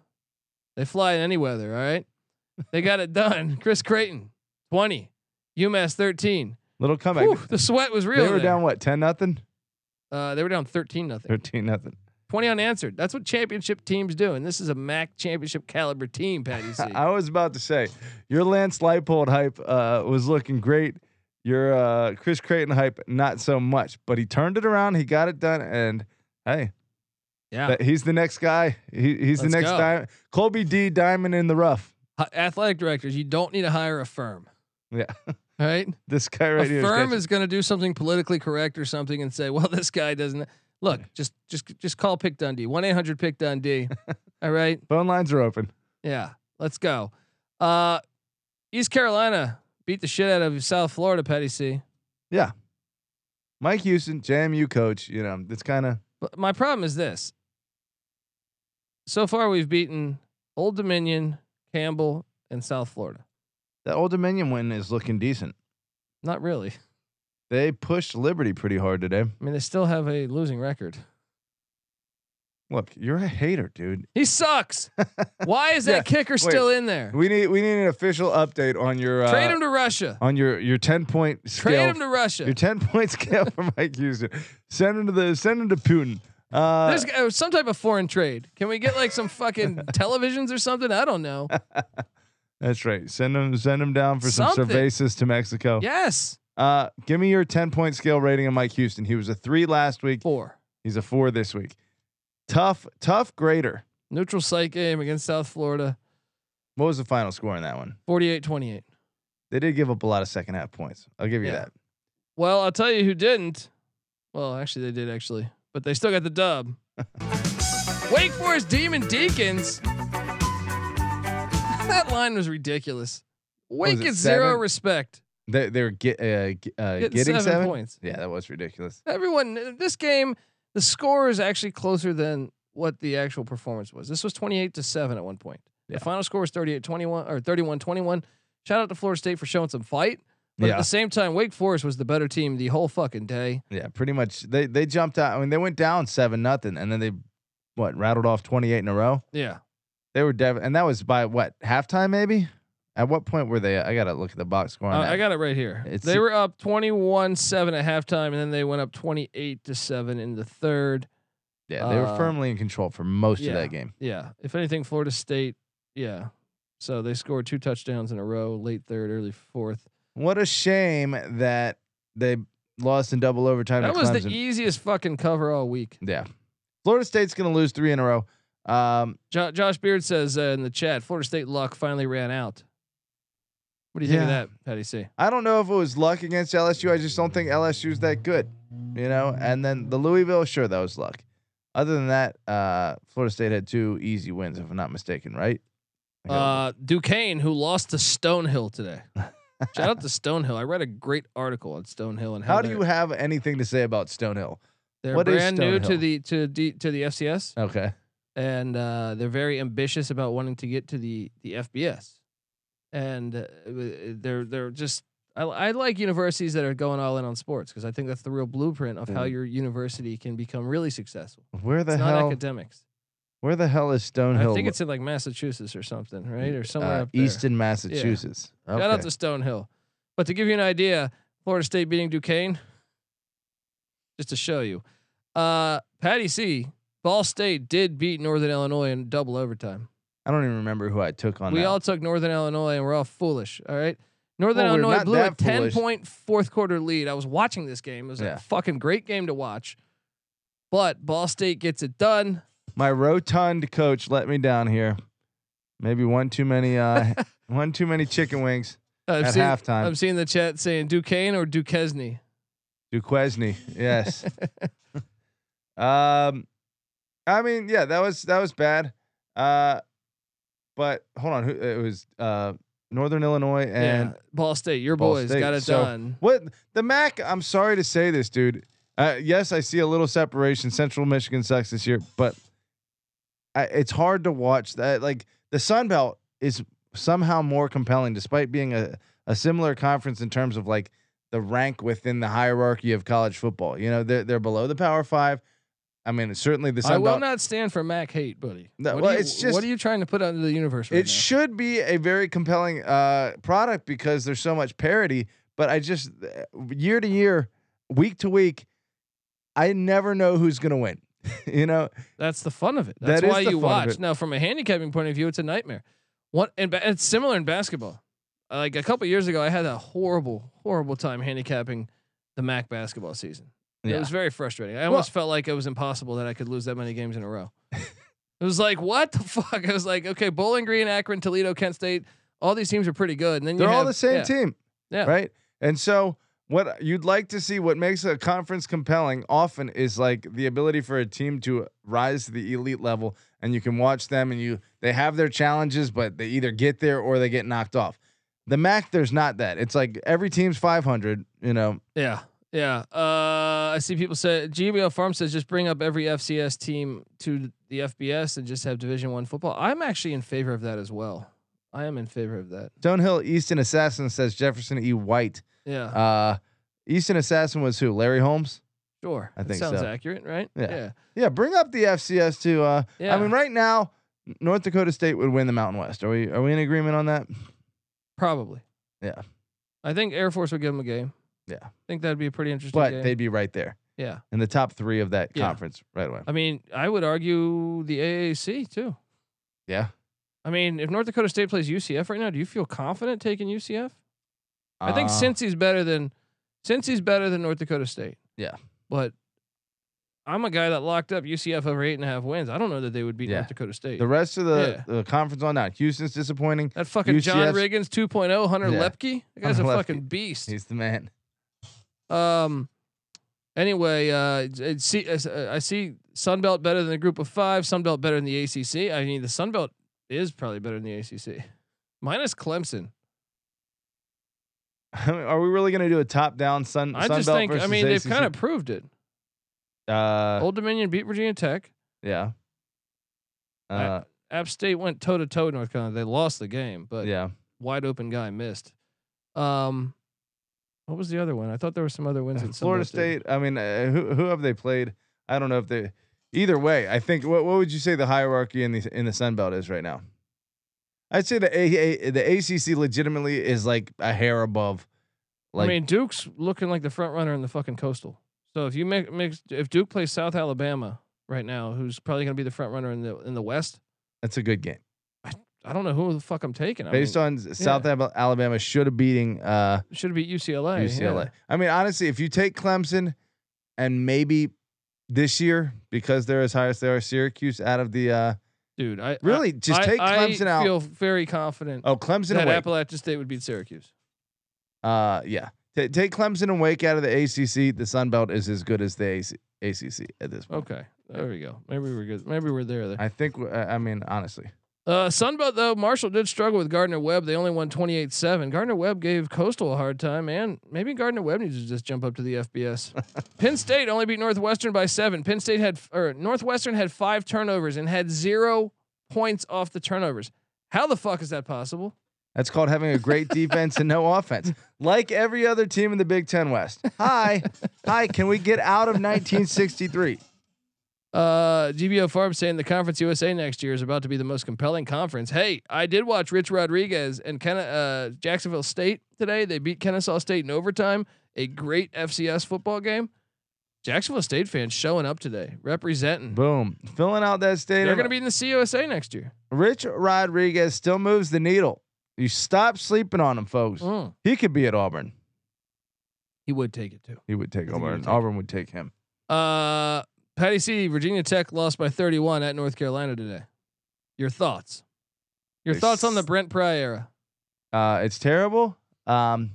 Speaker 1: they fly in any weather. All right, they got it done. (laughs) Chris Creighton twenty, UMass thirteen.
Speaker 7: Little comeback.
Speaker 1: Whew, the sweat was real.
Speaker 7: Oh they were
Speaker 1: there.
Speaker 7: down what ten nothing, (laughs)
Speaker 1: Uh, they were down thirteen nothing.
Speaker 7: thirteen nothing.
Speaker 1: Twenty unanswered. That's what championship teams do, and this is a MAC championship caliber team. Patty C.
Speaker 7: I was about to say your Lance Leipold hype uh, was looking great. Your uh, Chris Creighton hype, not so much. But he turned it around. He got it done. And hey,
Speaker 1: Yeah,
Speaker 7: that- he's the next guy. He, he's
Speaker 1: Let's
Speaker 7: the next
Speaker 1: go.
Speaker 7: diamond. Colby D. Diamond in the rough.
Speaker 1: Hi- athletic directors. You don't need to hire a firm.
Speaker 7: Yeah, (laughs)
Speaker 1: All right.
Speaker 7: this guy right here.
Speaker 1: a
Speaker 7: is
Speaker 1: firm
Speaker 7: catching-
Speaker 1: is going to do something politically correct or something and say, "Well, (laughs) this guy doesn't." Look, just just just call Pick Dundee, one eight hundred Pick
Speaker 7: (laughs)
Speaker 1: Dundee. All right,
Speaker 7: phone lines are open.
Speaker 1: yeah, let's go. Uh, East Carolina beat the shit out of South Florida, Petty C.
Speaker 7: Mike Houston, JMU coach. You know, it's kind of
Speaker 1: But my problem is this: so far, we've beaten Old Dominion, Campbell, and South Florida.
Speaker 7: that Old Dominion win is looking decent.
Speaker 1: Not really.
Speaker 7: They pushed Liberty pretty hard today.
Speaker 1: I mean, they still have a losing record.
Speaker 7: Look, you're a hater, dude.
Speaker 1: He
Speaker 7: (laughs)
Speaker 1: sucks. Why is that
Speaker 7: Yeah,
Speaker 1: kicker still in there?
Speaker 7: We need we need an official update on your uh,
Speaker 1: Trade him to Russia.
Speaker 7: on your your ten point scale.
Speaker 1: Trade him to Russia.
Speaker 7: your ten point (laughs) scale for Mike Houston. Send him to the send him to Putin. Uh,
Speaker 1: There's uh, some type of foreign trade. Can we get like some
Speaker 7: (laughs)
Speaker 1: fucking televisions or something? I don't
Speaker 7: Oh.
Speaker 1: know.
Speaker 7: that's right. Send him send him down for some
Speaker 1: Something.
Speaker 7: cervezas to Mexico.
Speaker 1: Yes,
Speaker 7: Uh, give me your ten point scale rating on Mike Houston. He was a three last week.
Speaker 1: four.
Speaker 7: He's a four this week. Tough tough grader.
Speaker 1: Neutral site game against South Florida,
Speaker 7: What was the final score on that one?
Speaker 1: 48-28.
Speaker 7: They did give up a lot of second half points. I'll give you
Speaker 1: Yeah.
Speaker 7: that.
Speaker 1: Well, I'll tell you who didn't. Well, actually, they did actually, but they still got the
Speaker 7: (laughs)
Speaker 1: dub. Wake Forest Demon Deacons. That line was ridiculous.
Speaker 7: was
Speaker 1: Wake
Speaker 7: it,
Speaker 1: gets zero
Speaker 7: seven?
Speaker 1: respect.
Speaker 7: They they were get, uh, g- uh,
Speaker 1: Getting
Speaker 7: getting,
Speaker 1: seven
Speaker 7: seven,
Speaker 1: points.
Speaker 7: Yeah, that was ridiculous.
Speaker 1: Everyone, this game, the score is actually closer than what the actual performance was. This was 28 to 7 at one point.
Speaker 7: Yeah.
Speaker 1: The final score was 38 21 or 31 21. Shout out to Florida State for showing some fight. But at
Speaker 7: Yeah.
Speaker 1: the same time, Wake Forest was the better team the whole fucking day.
Speaker 7: Yeah, pretty much. They they jumped out. I mean, they went down seven nothing, and then they what rattled off twenty eight in a row.
Speaker 1: Yeah.
Speaker 7: They were dev, and that was by what halftime maybe. At what point were they? at? I gotta look at the box score. On
Speaker 1: Uh,
Speaker 7: that.
Speaker 1: I got it right here.
Speaker 7: It's-
Speaker 1: they were up 21 7 at halftime, and then they went up 28 to 7 in the third.
Speaker 7: yeah, they were
Speaker 1: uh,
Speaker 7: firmly in control for most
Speaker 1: yeah.
Speaker 7: of that game.
Speaker 1: Yeah. If anything, Florida State, yeah. So they scored two touchdowns in a row, late third, early fourth.
Speaker 7: What a shame that they lost in double overtime.
Speaker 1: That
Speaker 7: to
Speaker 1: was the e
Speaker 7: Clemson.
Speaker 1: easiest fucking cover all week.
Speaker 7: yeah. Florida State's gonna lose three in a row. Um,
Speaker 1: Jo- Josh Beard says uh, in the chat, Florida State luck finally ran out. What do you think
Speaker 7: Yeah.
Speaker 1: of that, Patty C?
Speaker 7: I don't know if it was luck against LSU. I just don't think LSU's that good, you know. And then the Louisville, sure, that was luck. Other than that, uh, Florida State had two easy wins, if I'm not mistaken, right? I got-
Speaker 1: Uh, Duquesne, who lost to Stonehill
Speaker 7: (laughs)
Speaker 1: today. Shout out to Stonehill. I read a great article on Stonehill and how,
Speaker 7: How do
Speaker 1: they're-
Speaker 7: you have anything to say about Stonehill?
Speaker 1: they're
Speaker 7: what is
Speaker 1: brand new to
Speaker 7: Stonehill?
Speaker 1: the to D, to the FCS
Speaker 7: Okay,
Speaker 1: and uh, they're very ambitious about wanting to get to the the FBS. And uh, they're they're just I, I like universities that are going all in on sports because I think that's the real blueprint of how your university can become really successful.
Speaker 7: where the
Speaker 1: it's not
Speaker 7: hell?
Speaker 1: academics.
Speaker 7: Where the hell is Stonehill?
Speaker 1: I think it's in like Massachusetts or something, right? Or
Speaker 7: uh,
Speaker 1: somewhere up there.
Speaker 7: Easton, Massachusetts. Okay.
Speaker 1: Shout out to Stonehill. But to give you an idea, Florida State beating Duquesne, just to show you. Uh, Patty C, Ball State did beat Northern Illinois in double overtime.
Speaker 7: I don't even remember who I took on.
Speaker 1: We
Speaker 7: that.
Speaker 1: all took Northern Illinois and we're all foolish. All right. Northern
Speaker 7: Well, we're
Speaker 1: Illinois
Speaker 7: not
Speaker 1: blew a
Speaker 7: that
Speaker 1: 10
Speaker 7: foolish.
Speaker 1: point fourth quarter lead. I was watching this game. It was
Speaker 7: Yeah.
Speaker 1: a fucking great game to watch. But Ball State gets it done.
Speaker 7: my rotund coach let me down here. Maybe one too many. Uh,
Speaker 1: (laughs)
Speaker 7: one too many chicken wings.
Speaker 1: I've
Speaker 7: At
Speaker 1: seen,
Speaker 7: halftime.
Speaker 1: I'm seeing the chat saying Duquesne or Duquesne.
Speaker 7: Duquesne, yes. um, I mean, yeah, that was that was bad. Uh, but hold on, who, it was uh Northern Illinois and
Speaker 1: yeah. Ball State, your
Speaker 7: Ball
Speaker 1: boys
Speaker 7: State.
Speaker 1: got it
Speaker 7: So-
Speaker 1: done.
Speaker 7: Mm-hmm. what the Mac. I'm sorry to say this, dude. Uh, yes, I see a little separation. Central Michigan sucks this year, but I, it's hard to watch that. Like the Sun Belt is somehow more compelling, despite being a a similar conference in terms of like the rank within the hierarchy of college football. You know, they're they're below the Power Five. I mean, certainly the Sun
Speaker 1: I will
Speaker 7: Belt.
Speaker 1: not stand for Mac hate, buddy.
Speaker 7: No,
Speaker 1: what,
Speaker 7: well,
Speaker 1: are you,
Speaker 7: it's just-
Speaker 1: what are you trying to put out into the universe right
Speaker 7: it should be a very compelling uh, product because there's so much parity. But I just uh, year to year, week to week, I never know who's gonna win. (laughs) you know,
Speaker 1: now? That's the fun of it. That's
Speaker 7: That is
Speaker 1: why
Speaker 7: the
Speaker 1: you
Speaker 7: fun of
Speaker 1: watch.
Speaker 7: it.
Speaker 1: Now, from a handicapping point of view, it's a nightmare. What and ba- it's similar in basketball. Uh, Like a couple years ago, I had a horrible, horrible time handicapping the MAC basketball season. It was very frustrating. I almost felt like it was impossible that I could lose that many games in a row. it was like, what the (laughs) fuck? I was like, okay, Bowling Green, Akron, Toledo, Kent State, all these teams are pretty good. And then you
Speaker 7: they're all
Speaker 1: have-
Speaker 7: the same
Speaker 1: yeah.
Speaker 7: team.
Speaker 1: Yeah.
Speaker 7: Right. And so what you'd like to see what makes a conference compelling often is like the ability for a team to rise to the elite level and you can watch them and you they have their challenges but they either get there or they get knocked off. The MAC there's not that. It's like every team's 500, you know.
Speaker 1: Yeah. Yeah. Uh, I see people say GBL Farm says just bring up every FCS team to the FBS and just have Division One football. I'm actually in favor of that as well. I am in favor of that.
Speaker 7: Stonehill Easton Assassin says Jefferson E White.
Speaker 1: Yeah.
Speaker 7: Uh Easton Assassin was who? Larry Holmes?
Speaker 1: Sure.
Speaker 7: I
Speaker 1: That
Speaker 7: think
Speaker 1: sounds
Speaker 7: so.
Speaker 1: accurate, right?
Speaker 7: Yeah. Yeah, bring up the FCS too. Uh, I
Speaker 1: Yeah.
Speaker 7: mean, right now, North Dakota State would win the Mountain West. Are we are we in agreement on that?
Speaker 1: Probably.
Speaker 7: Yeah.
Speaker 1: I think Air Force would give them a game.
Speaker 7: Yeah.
Speaker 1: I think that'd be a pretty interesting
Speaker 7: But
Speaker 1: game.
Speaker 7: they'd be right there
Speaker 1: yeah.
Speaker 7: in the top three of that
Speaker 1: Yeah.
Speaker 7: conference right away.
Speaker 1: I mean, I would argue the AAC too.
Speaker 7: Yeah,
Speaker 1: I mean, if North Dakota State plays UCF right now, do you feel confident taking UCF? I think
Speaker 7: Uh,
Speaker 1: Cincy's better than Cincy's better than North Dakota State.
Speaker 7: Yeah.
Speaker 1: But I'm a guy that locked up UCF over eight and a half wins. I don't know that they would beat
Speaker 7: Yeah.
Speaker 1: North Dakota State.
Speaker 7: the rest of the, the conference on down. Houston's disappointing.
Speaker 1: that fucking John
Speaker 7: UCF 's-
Speaker 1: Riggins 2.0, Hunter
Speaker 7: Yeah.
Speaker 1: Lepke. That guy's a
Speaker 7: Hunter Lepke.
Speaker 1: fucking beast.
Speaker 7: He's the man. (laughs)
Speaker 1: Um. Anyway, uh, it's- it's- see, as- uh, I see Sunbelt better than the Group of Five. Sunbelt better than the ACC. I mean, the Sunbelt is probably better than the ACC, minus Clemson.
Speaker 7: I mean, are we really going to do a top down Mm, Sun?
Speaker 1: I just
Speaker 7: Sunbelt
Speaker 1: think. I
Speaker 7: versus
Speaker 1: mean, they've
Speaker 7: ACC?
Speaker 1: kind of proved it.
Speaker 7: Uh,
Speaker 1: Old Dominion beat Virginia Tech.
Speaker 7: yeah.
Speaker 1: I-
Speaker 7: Uh,
Speaker 1: App State went toe to toe with North Carolina. They lost the game, but
Speaker 7: yeah.
Speaker 1: wide open guy missed. Um, what was the other one? I thought there were Uh, some other
Speaker 7: (laughs)
Speaker 1: wins. that
Speaker 7: Florida
Speaker 1: Sunbelt did.
Speaker 7: State. I mean, uh, who who have they played? I don't know if they. Either way, I think. What what would you say the hierarchy in the in the Sun Belt is right now? I'd say the A, A, the ACC legitimately is like a hair above. Like,
Speaker 1: I mean, Duke's looking like the front runner in the fucking coastal. So if you make, make if Duke plays South Alabama right now, who's probably going to be the front runner in the in the West?
Speaker 7: that's a good game.
Speaker 1: I don't know who the fuck I'm taking. I
Speaker 7: Based on S- South Al- Alabama should have beating uh,
Speaker 1: should be UCLA. Oh, yeah.
Speaker 7: UCLA. I mean, honestly, if you take Clemson and maybe this year because they're as high as they are, Syracuse out of the uh,
Speaker 1: dude. I I-
Speaker 7: really just
Speaker 1: I-
Speaker 7: take
Speaker 1: I
Speaker 7: Clemson out.
Speaker 1: feel very confident
Speaker 7: oh, Clemson
Speaker 1: that
Speaker 7: away.
Speaker 1: Appalachian State would beat Syracuse.
Speaker 7: Uh, yeah. Ta take Clemson and Wake out of the ACC. The Sun Belt is as good as the AC- ACC at this point.
Speaker 1: Okay, there we go. Maybe we're good. Maybe we're there. There.
Speaker 7: I think. w- I I mean, honestly,
Speaker 1: Uh, Sunbelt though, Marshall did struggle with Gardner Webb. They only won 28-7. Gardner Webb gave Coastal a hard time, and maybe Gardner Webb needs to just jump up to the FBS. Penn State only beat Northwestern by seven. Penn State had or Northwestern had five turnovers and had zero points off the turnovers. How the fuck is that possible?
Speaker 7: that's called having a great defense and no offense, like every other team in the Big Ten West. Hi, hi. Can we get out of 1963?
Speaker 1: Uh, GBO Farm saying the Conference USA next year is about to be the most compelling conference. Hey, I did watch Rich Rodriguez and Ken- uh, Jacksonville State today. They beat Kennesaw State in overtime. A great FCS football game. Jacksonville State fans showing up today, representing.
Speaker 7: Boom, filling out that stadium.
Speaker 1: They're going to be in the CUSA next year.
Speaker 7: Rich Rodriguez still moves the needle. You stop sleeping on him, folks.
Speaker 1: Mm.
Speaker 7: He could be at Auburn.
Speaker 1: He would take it too.
Speaker 7: He would take
Speaker 1: I think he would
Speaker 7: Auburn.
Speaker 1: take
Speaker 7: Auburn would take him.
Speaker 1: Uh, Patty C. Virginia Tech lost by 31 at North Carolina today. Your thoughts? Your
Speaker 7: They
Speaker 1: thoughts on the
Speaker 7: s-
Speaker 1: Brent Pry era?
Speaker 7: Uh, it's terrible. Um,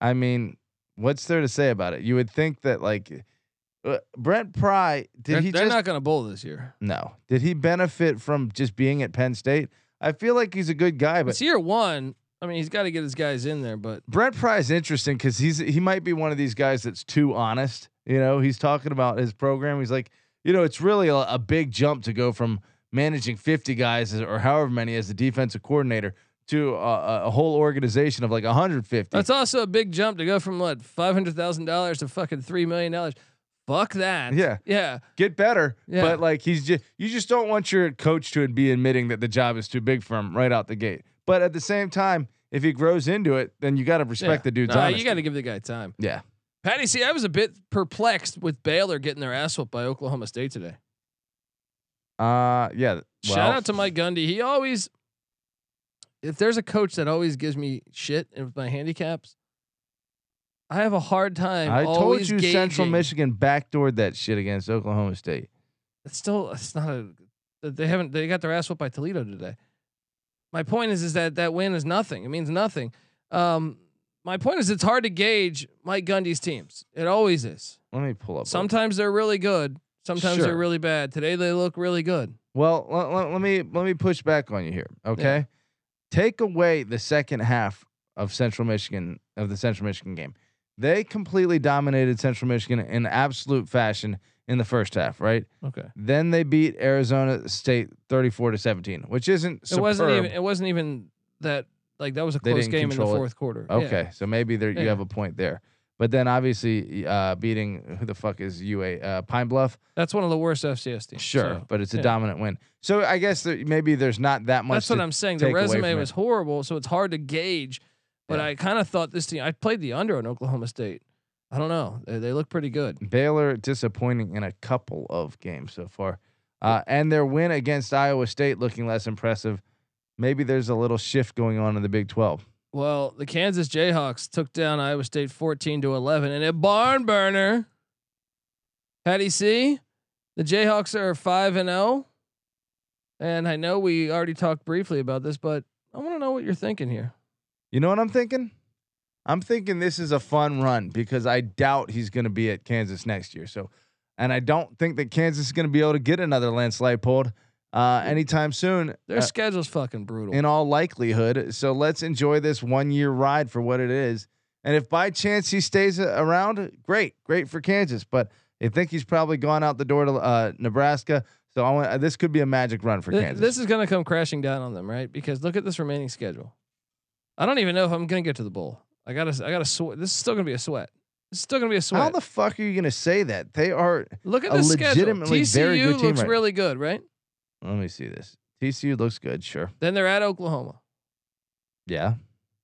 Speaker 7: I mean, what's there to say about it? You would think that like uh, Brent Pry did
Speaker 1: They're,
Speaker 7: he
Speaker 1: they're
Speaker 7: just
Speaker 1: not going to bowl this year.
Speaker 7: no? Did he benefit from just being at Penn State? I feel like he's a good guy, but
Speaker 1: it's year one. I mean, he's got to get his guys in there, but
Speaker 7: Brent Pry is interesting because he's he might be one of these guys that's too honest. You know, he's talking about his program. He's like, you know, it's really a, a big jump to go from managing 50 guys as- or however many as a defensive coordinator to a, a- a whole organization of like 150.
Speaker 1: that's also a big jump to go from what five hundred thousand dollars to fucking three million dollars. Fuck that.
Speaker 7: Yeah.
Speaker 1: yeah.
Speaker 7: get better.
Speaker 1: Yeah.
Speaker 7: But like he's just you just don't want your coach to be admitting that the job is too big for him right out the gate. But at the same time, if he grows into it, then you got to respect
Speaker 1: yeah.
Speaker 7: the dude's
Speaker 1: Nah,
Speaker 7: honesty.
Speaker 1: you got to give the guy time.
Speaker 7: yeah.
Speaker 1: Patty, see, I was a bit perplexed with Baylor getting their ass whooped by Oklahoma State today.
Speaker 7: Uh yeah. Well,
Speaker 1: Shout out to Mike Gundy. He always, if there's a coach that always gives me shit with my handicaps, I have a hard time.
Speaker 7: I told
Speaker 1: always
Speaker 7: you Central
Speaker 1: gauging-
Speaker 7: Michigan backdoored that shit against Oklahoma State.
Speaker 1: it's still it's not a they haven't they got their ass whooped by Toledo today. My point is is that that win is nothing. It means nothing. Um, my point is it's hard to gauge Mike Gundy's teams. It always is.
Speaker 7: Let me pull up.
Speaker 1: Sometimes they're really good. Sometimes
Speaker 7: Sure.
Speaker 1: they're really bad. Today they look really good.
Speaker 7: Well, let, let, let me let me push back on you here, okay? Take away the second half of Central Michigan of the Central Michigan game. They completely dominated Central Michigan in absolute fashion in the first half, right?
Speaker 1: Okay.
Speaker 7: Then they beat Arizona State 34 to 17, which isn't
Speaker 1: It wasn't
Speaker 7: superb.
Speaker 1: even it wasn't even that like that was a
Speaker 7: They
Speaker 1: close
Speaker 7: didn't
Speaker 1: game in the
Speaker 7: control it.
Speaker 1: fourth quarter. Yeah.
Speaker 7: Okay, so maybe there you
Speaker 1: Yeah.
Speaker 7: have a point there. But then obviously uh, beating who the fuck is UA uh, Pine Bluff?
Speaker 1: That's one of the worst FCS teams.
Speaker 7: Sure,
Speaker 1: so,
Speaker 7: but it's a
Speaker 1: yeah.
Speaker 7: dominant win. So I guess that maybe there's not that much.
Speaker 1: That's what
Speaker 7: to
Speaker 1: I'm saying. The
Speaker 7: take away
Speaker 1: resume
Speaker 7: from it.
Speaker 1: was horrible, so it's hard to gauge. But
Speaker 7: Yeah.
Speaker 1: I kind of thought this team. I played the under on Oklahoma State. I don't know. They, they look pretty good.
Speaker 7: Baylor disappointing in a couple of games so far. Uh, and their win against Iowa State looking less impressive. Maybe there's a little shift going on in the Big 12.
Speaker 1: Well, the Kansas Jayhawks took down Iowa State 14 to 11 in a barn burner. Patty C, the Jayhawks are 5 and 0. And I know we already talked briefly about this, but I want to know what you're thinking here.
Speaker 7: You know what I'm thinking? I'm thinking this is a fun run because I doubt he's going to be at Kansas next year. So, and I don't think that Kansas is going to be able to get another Lance Leipold uh, anytime soon.
Speaker 1: Their
Speaker 7: uh,
Speaker 1: schedule's fucking brutal.
Speaker 7: in all likelihood. So let's enjoy this one year ride for what it is. And if by chance he stays a- around, great, great for Kansas. But I think he's probably gone out the door to uh, Nebraska. So I want, this could be a magic run for
Speaker 1: Th-
Speaker 7: Kansas.
Speaker 1: This is going to come crashing down on them, right? Because look at this remaining schedule. I don't even know if I'm going to get to the bowl. I got to I got to sweat. This is still going to be a sweat. It's still going to be a sweat.
Speaker 7: How the fuck are you going to say that? They are.
Speaker 1: look at
Speaker 7: a
Speaker 1: this schedule.
Speaker 7: legitimately
Speaker 1: TCU
Speaker 7: very good team
Speaker 1: looks
Speaker 7: right now.
Speaker 1: really good, right?
Speaker 7: Let me see this. TCU looks good, sure.
Speaker 1: Then they're at Oklahoma.
Speaker 7: Yeah,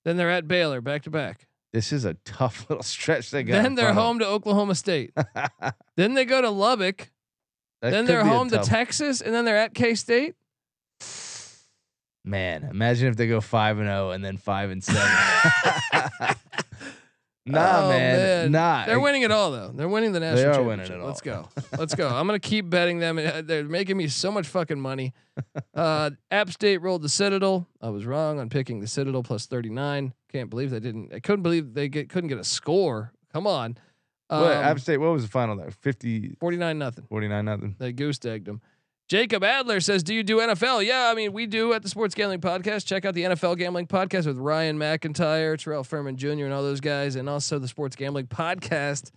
Speaker 1: Then they're at Baylor back to back.
Speaker 7: this is a tough (laughs) little stretch they got.
Speaker 1: Then
Speaker 7: in
Speaker 1: they're
Speaker 7: front
Speaker 1: home to Oklahoma State.
Speaker 7: (laughs) of them.
Speaker 1: then they go to Lubbock.
Speaker 7: That
Speaker 1: then
Speaker 7: could
Speaker 1: they're
Speaker 7: be a
Speaker 1: home to
Speaker 7: tough-
Speaker 1: Texas, and then they're at K State.
Speaker 7: Man, imagine if they go five and zero and then five and
Speaker 1: (laughs)
Speaker 7: seven. nah,
Speaker 1: Oh,
Speaker 7: man,
Speaker 1: man.
Speaker 7: nah.
Speaker 1: They're winning it all though. They're winning the national.
Speaker 7: are winning
Speaker 1: championship.
Speaker 7: it all.
Speaker 1: Let's go. Let's go. I'm gonna keep betting them. Uh, They're making me so much fucking
Speaker 7: (laughs)
Speaker 1: money. Uh, App State rolled the Citadel. I was wrong on picking the Citadel plus 39. Can't believe they didn't. I couldn't believe they get couldn't get a score. Come on.
Speaker 7: What,
Speaker 1: Um,
Speaker 7: App State, what was the final there? 50,
Speaker 1: 49 nothing.
Speaker 7: 49 nothing. (laughs)
Speaker 1: They goose egged him. Jacob Adler says, Do you do NFL? Yeah, I mean, we do at the Sports Gambling Podcast. Check out the NFL Gambling Podcast with Ryan McIntyre, Terrell Furman Jr., and all those guys, and also the Sports Gambling Podcast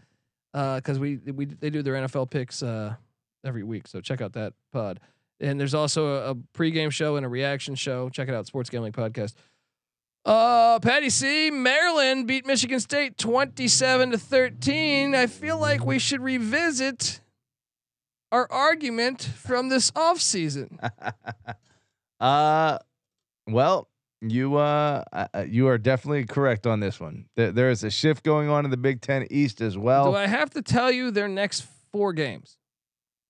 Speaker 1: because Uh, we, we they do their NFL picks uh, every week. So check out that pod. And there's also a, a pregame show and a reaction show. Check it out, Sports Gambling Podcast. Uh, Patty C, Maryland beat Michigan State 27 to 13. I feel like we should revisit our argument from this offseason.
Speaker 7: uh, well, you uh, I- I- you are definitely correct on this one. There, there is a shift going on in the Big Ten East as well.
Speaker 1: Do I have to tell you their next four games?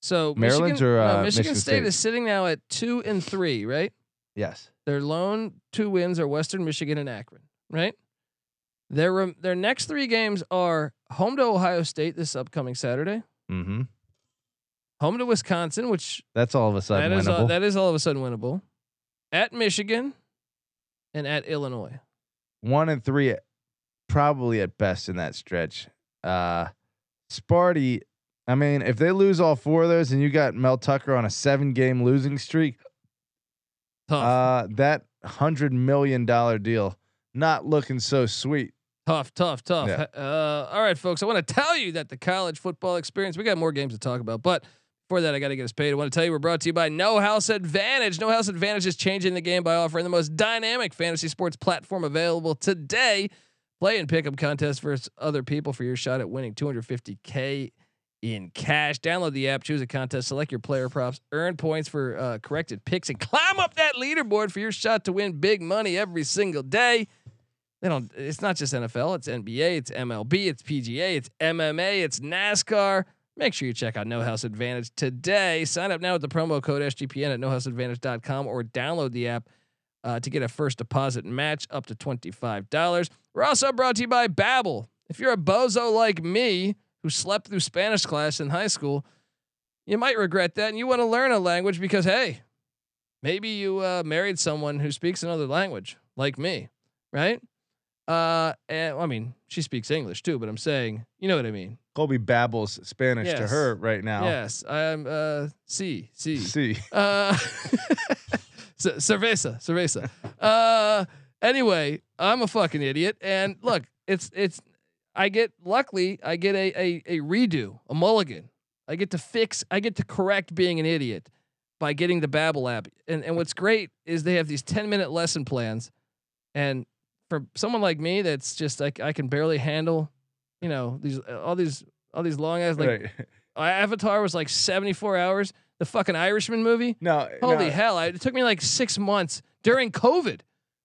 Speaker 1: So
Speaker 7: Maryland's
Speaker 1: Michigan,
Speaker 7: or, uh,
Speaker 1: no, Michigan,
Speaker 7: Michigan
Speaker 1: State,
Speaker 7: State?
Speaker 1: is sitting now at two and three, right?
Speaker 7: yes.
Speaker 1: Their lone two wins are Western Michigan and Akron, right? Their rem- their next three games are home to Ohio State this upcoming Saturday,
Speaker 7: Mm-hmm.
Speaker 1: home to Wisconsin, which
Speaker 7: That's all of a sudden
Speaker 1: that is all,
Speaker 7: winnable.
Speaker 1: that is all of a sudden winnable, at Michigan, and at Illinois.
Speaker 7: One and three, probably at best in that stretch. Uh, Sparty, I mean, if they lose all four of those and you got Mel Tucker on a seven game losing streak,
Speaker 1: Tough,
Speaker 7: Uh, that hundred million dollar deal not looking so sweet.
Speaker 1: Tough, tough, tough.
Speaker 7: Yeah.
Speaker 1: Uh, all right, folks. I want to tell you that the college football experience, we got more games to talk about, but before that, I got to get us paid. I want to tell you we're brought to you by No House Advantage. No House Advantage is changing the game by offering the most dynamic fantasy sports platform available today. Play and pick up contests versus other people for your shot at winning 250K in cash. Download the app, choose a contest, select your player props, earn points for uh, corrected picks, and climb up that leaderboard for your shot to win big money every single day they don't it's not just NFL, it's NBA, it's MLB, it's PGA, it's MMA, it's NASCAR. Make sure you check out No House Advantage today. Sign up now with the promo code SGPN at nohouseadvantage.com or download the app uh, to get a first deposit match up to $25. We're also brought to you by Babbel. If you're a bozo like me who slept through Spanish class in high school, you might regret that and you want to learn a language because hey, maybe you uh, married someone who speaks another language like me, right? Uh, and, well, I mean, she speaks English too, but I'm saying, you know what I mean.
Speaker 7: Colby babbles Spanish to
Speaker 1: Yes.
Speaker 7: her right now.
Speaker 1: Yes, I'm. Uh, C C.
Speaker 7: (laughs) See,
Speaker 1: Uh, (laughs) ce- cerveza, cerveza. Uh, anyway, I'm a fucking idiot, and look, it's it's. I get luckily, I get a a, a redo, a mulligan. I get to fix, I get to correct being an idiot by getting the Babbel app. And and what's great is they have these 10 minute lesson plans, and for someone like me that's just like I can barely handle you know these all these all these long ass like
Speaker 7: right. (laughs)
Speaker 1: Avatar was like 74 hours. The fucking Irishman movie.
Speaker 7: No,
Speaker 1: Holy
Speaker 7: no,
Speaker 1: hell! I, it took me like six months during COVID.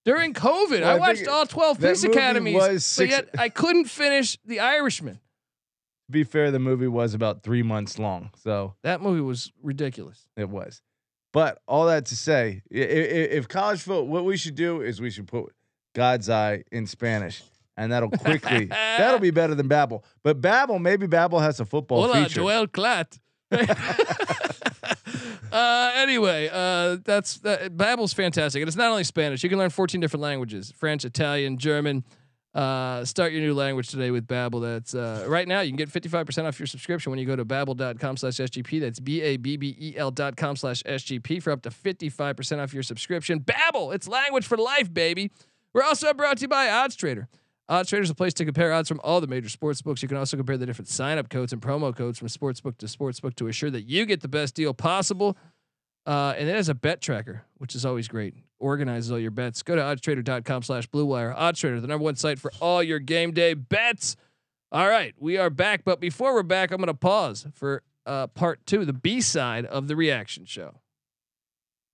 Speaker 1: During COVID,
Speaker 7: Well,
Speaker 1: I,
Speaker 7: I think
Speaker 1: watched
Speaker 7: it-
Speaker 1: all 12
Speaker 7: that
Speaker 1: Police
Speaker 7: movie
Speaker 1: Academies,
Speaker 7: was
Speaker 1: but
Speaker 7: six-
Speaker 1: yet I couldn't finish The Irishman.
Speaker 7: To be fair, the movie was about three months long, so
Speaker 1: That movie was ridiculous.
Speaker 7: it was. But all that to say, i- i- i- if college football, what we should do is we should put God's Eye in Spanish, and that'll quickly that'll be better than Babel. But Babel, maybe Babel has a football
Speaker 1: Hola,
Speaker 7: feature.
Speaker 1: Joel Klatt. (laughs) uh, anyway, uh, that's that, Babel's fantastic, and it's not only Spanish. You can learn 14 different languages: French, Italian, German. Uh, start your new language today with Babbel. That's uh, right now. You can get 55% off your subscription when you go to babbel.com slash SGP. That's B-A-B-B-E-L E dot com slash SGP for up to 55% off your subscription. Babbel, it's language for life, baby. We're also brought to you by Odds Trader. Odds Trader is a place to compare odds from all the major sports books. You can also compare the different sign-up codes and promo codes from sportsbook to sportsbook to assure that you get the best deal possible. Uh, and it has a bet tracker, which is always great. Organizes all your bets. Go to oddstrader.com slash blue wire. Oddstrader, the number one site for all your game day bets. All right, we are back. But before we're back, I'm going to pause for uh, part two, the B side of the reaction show.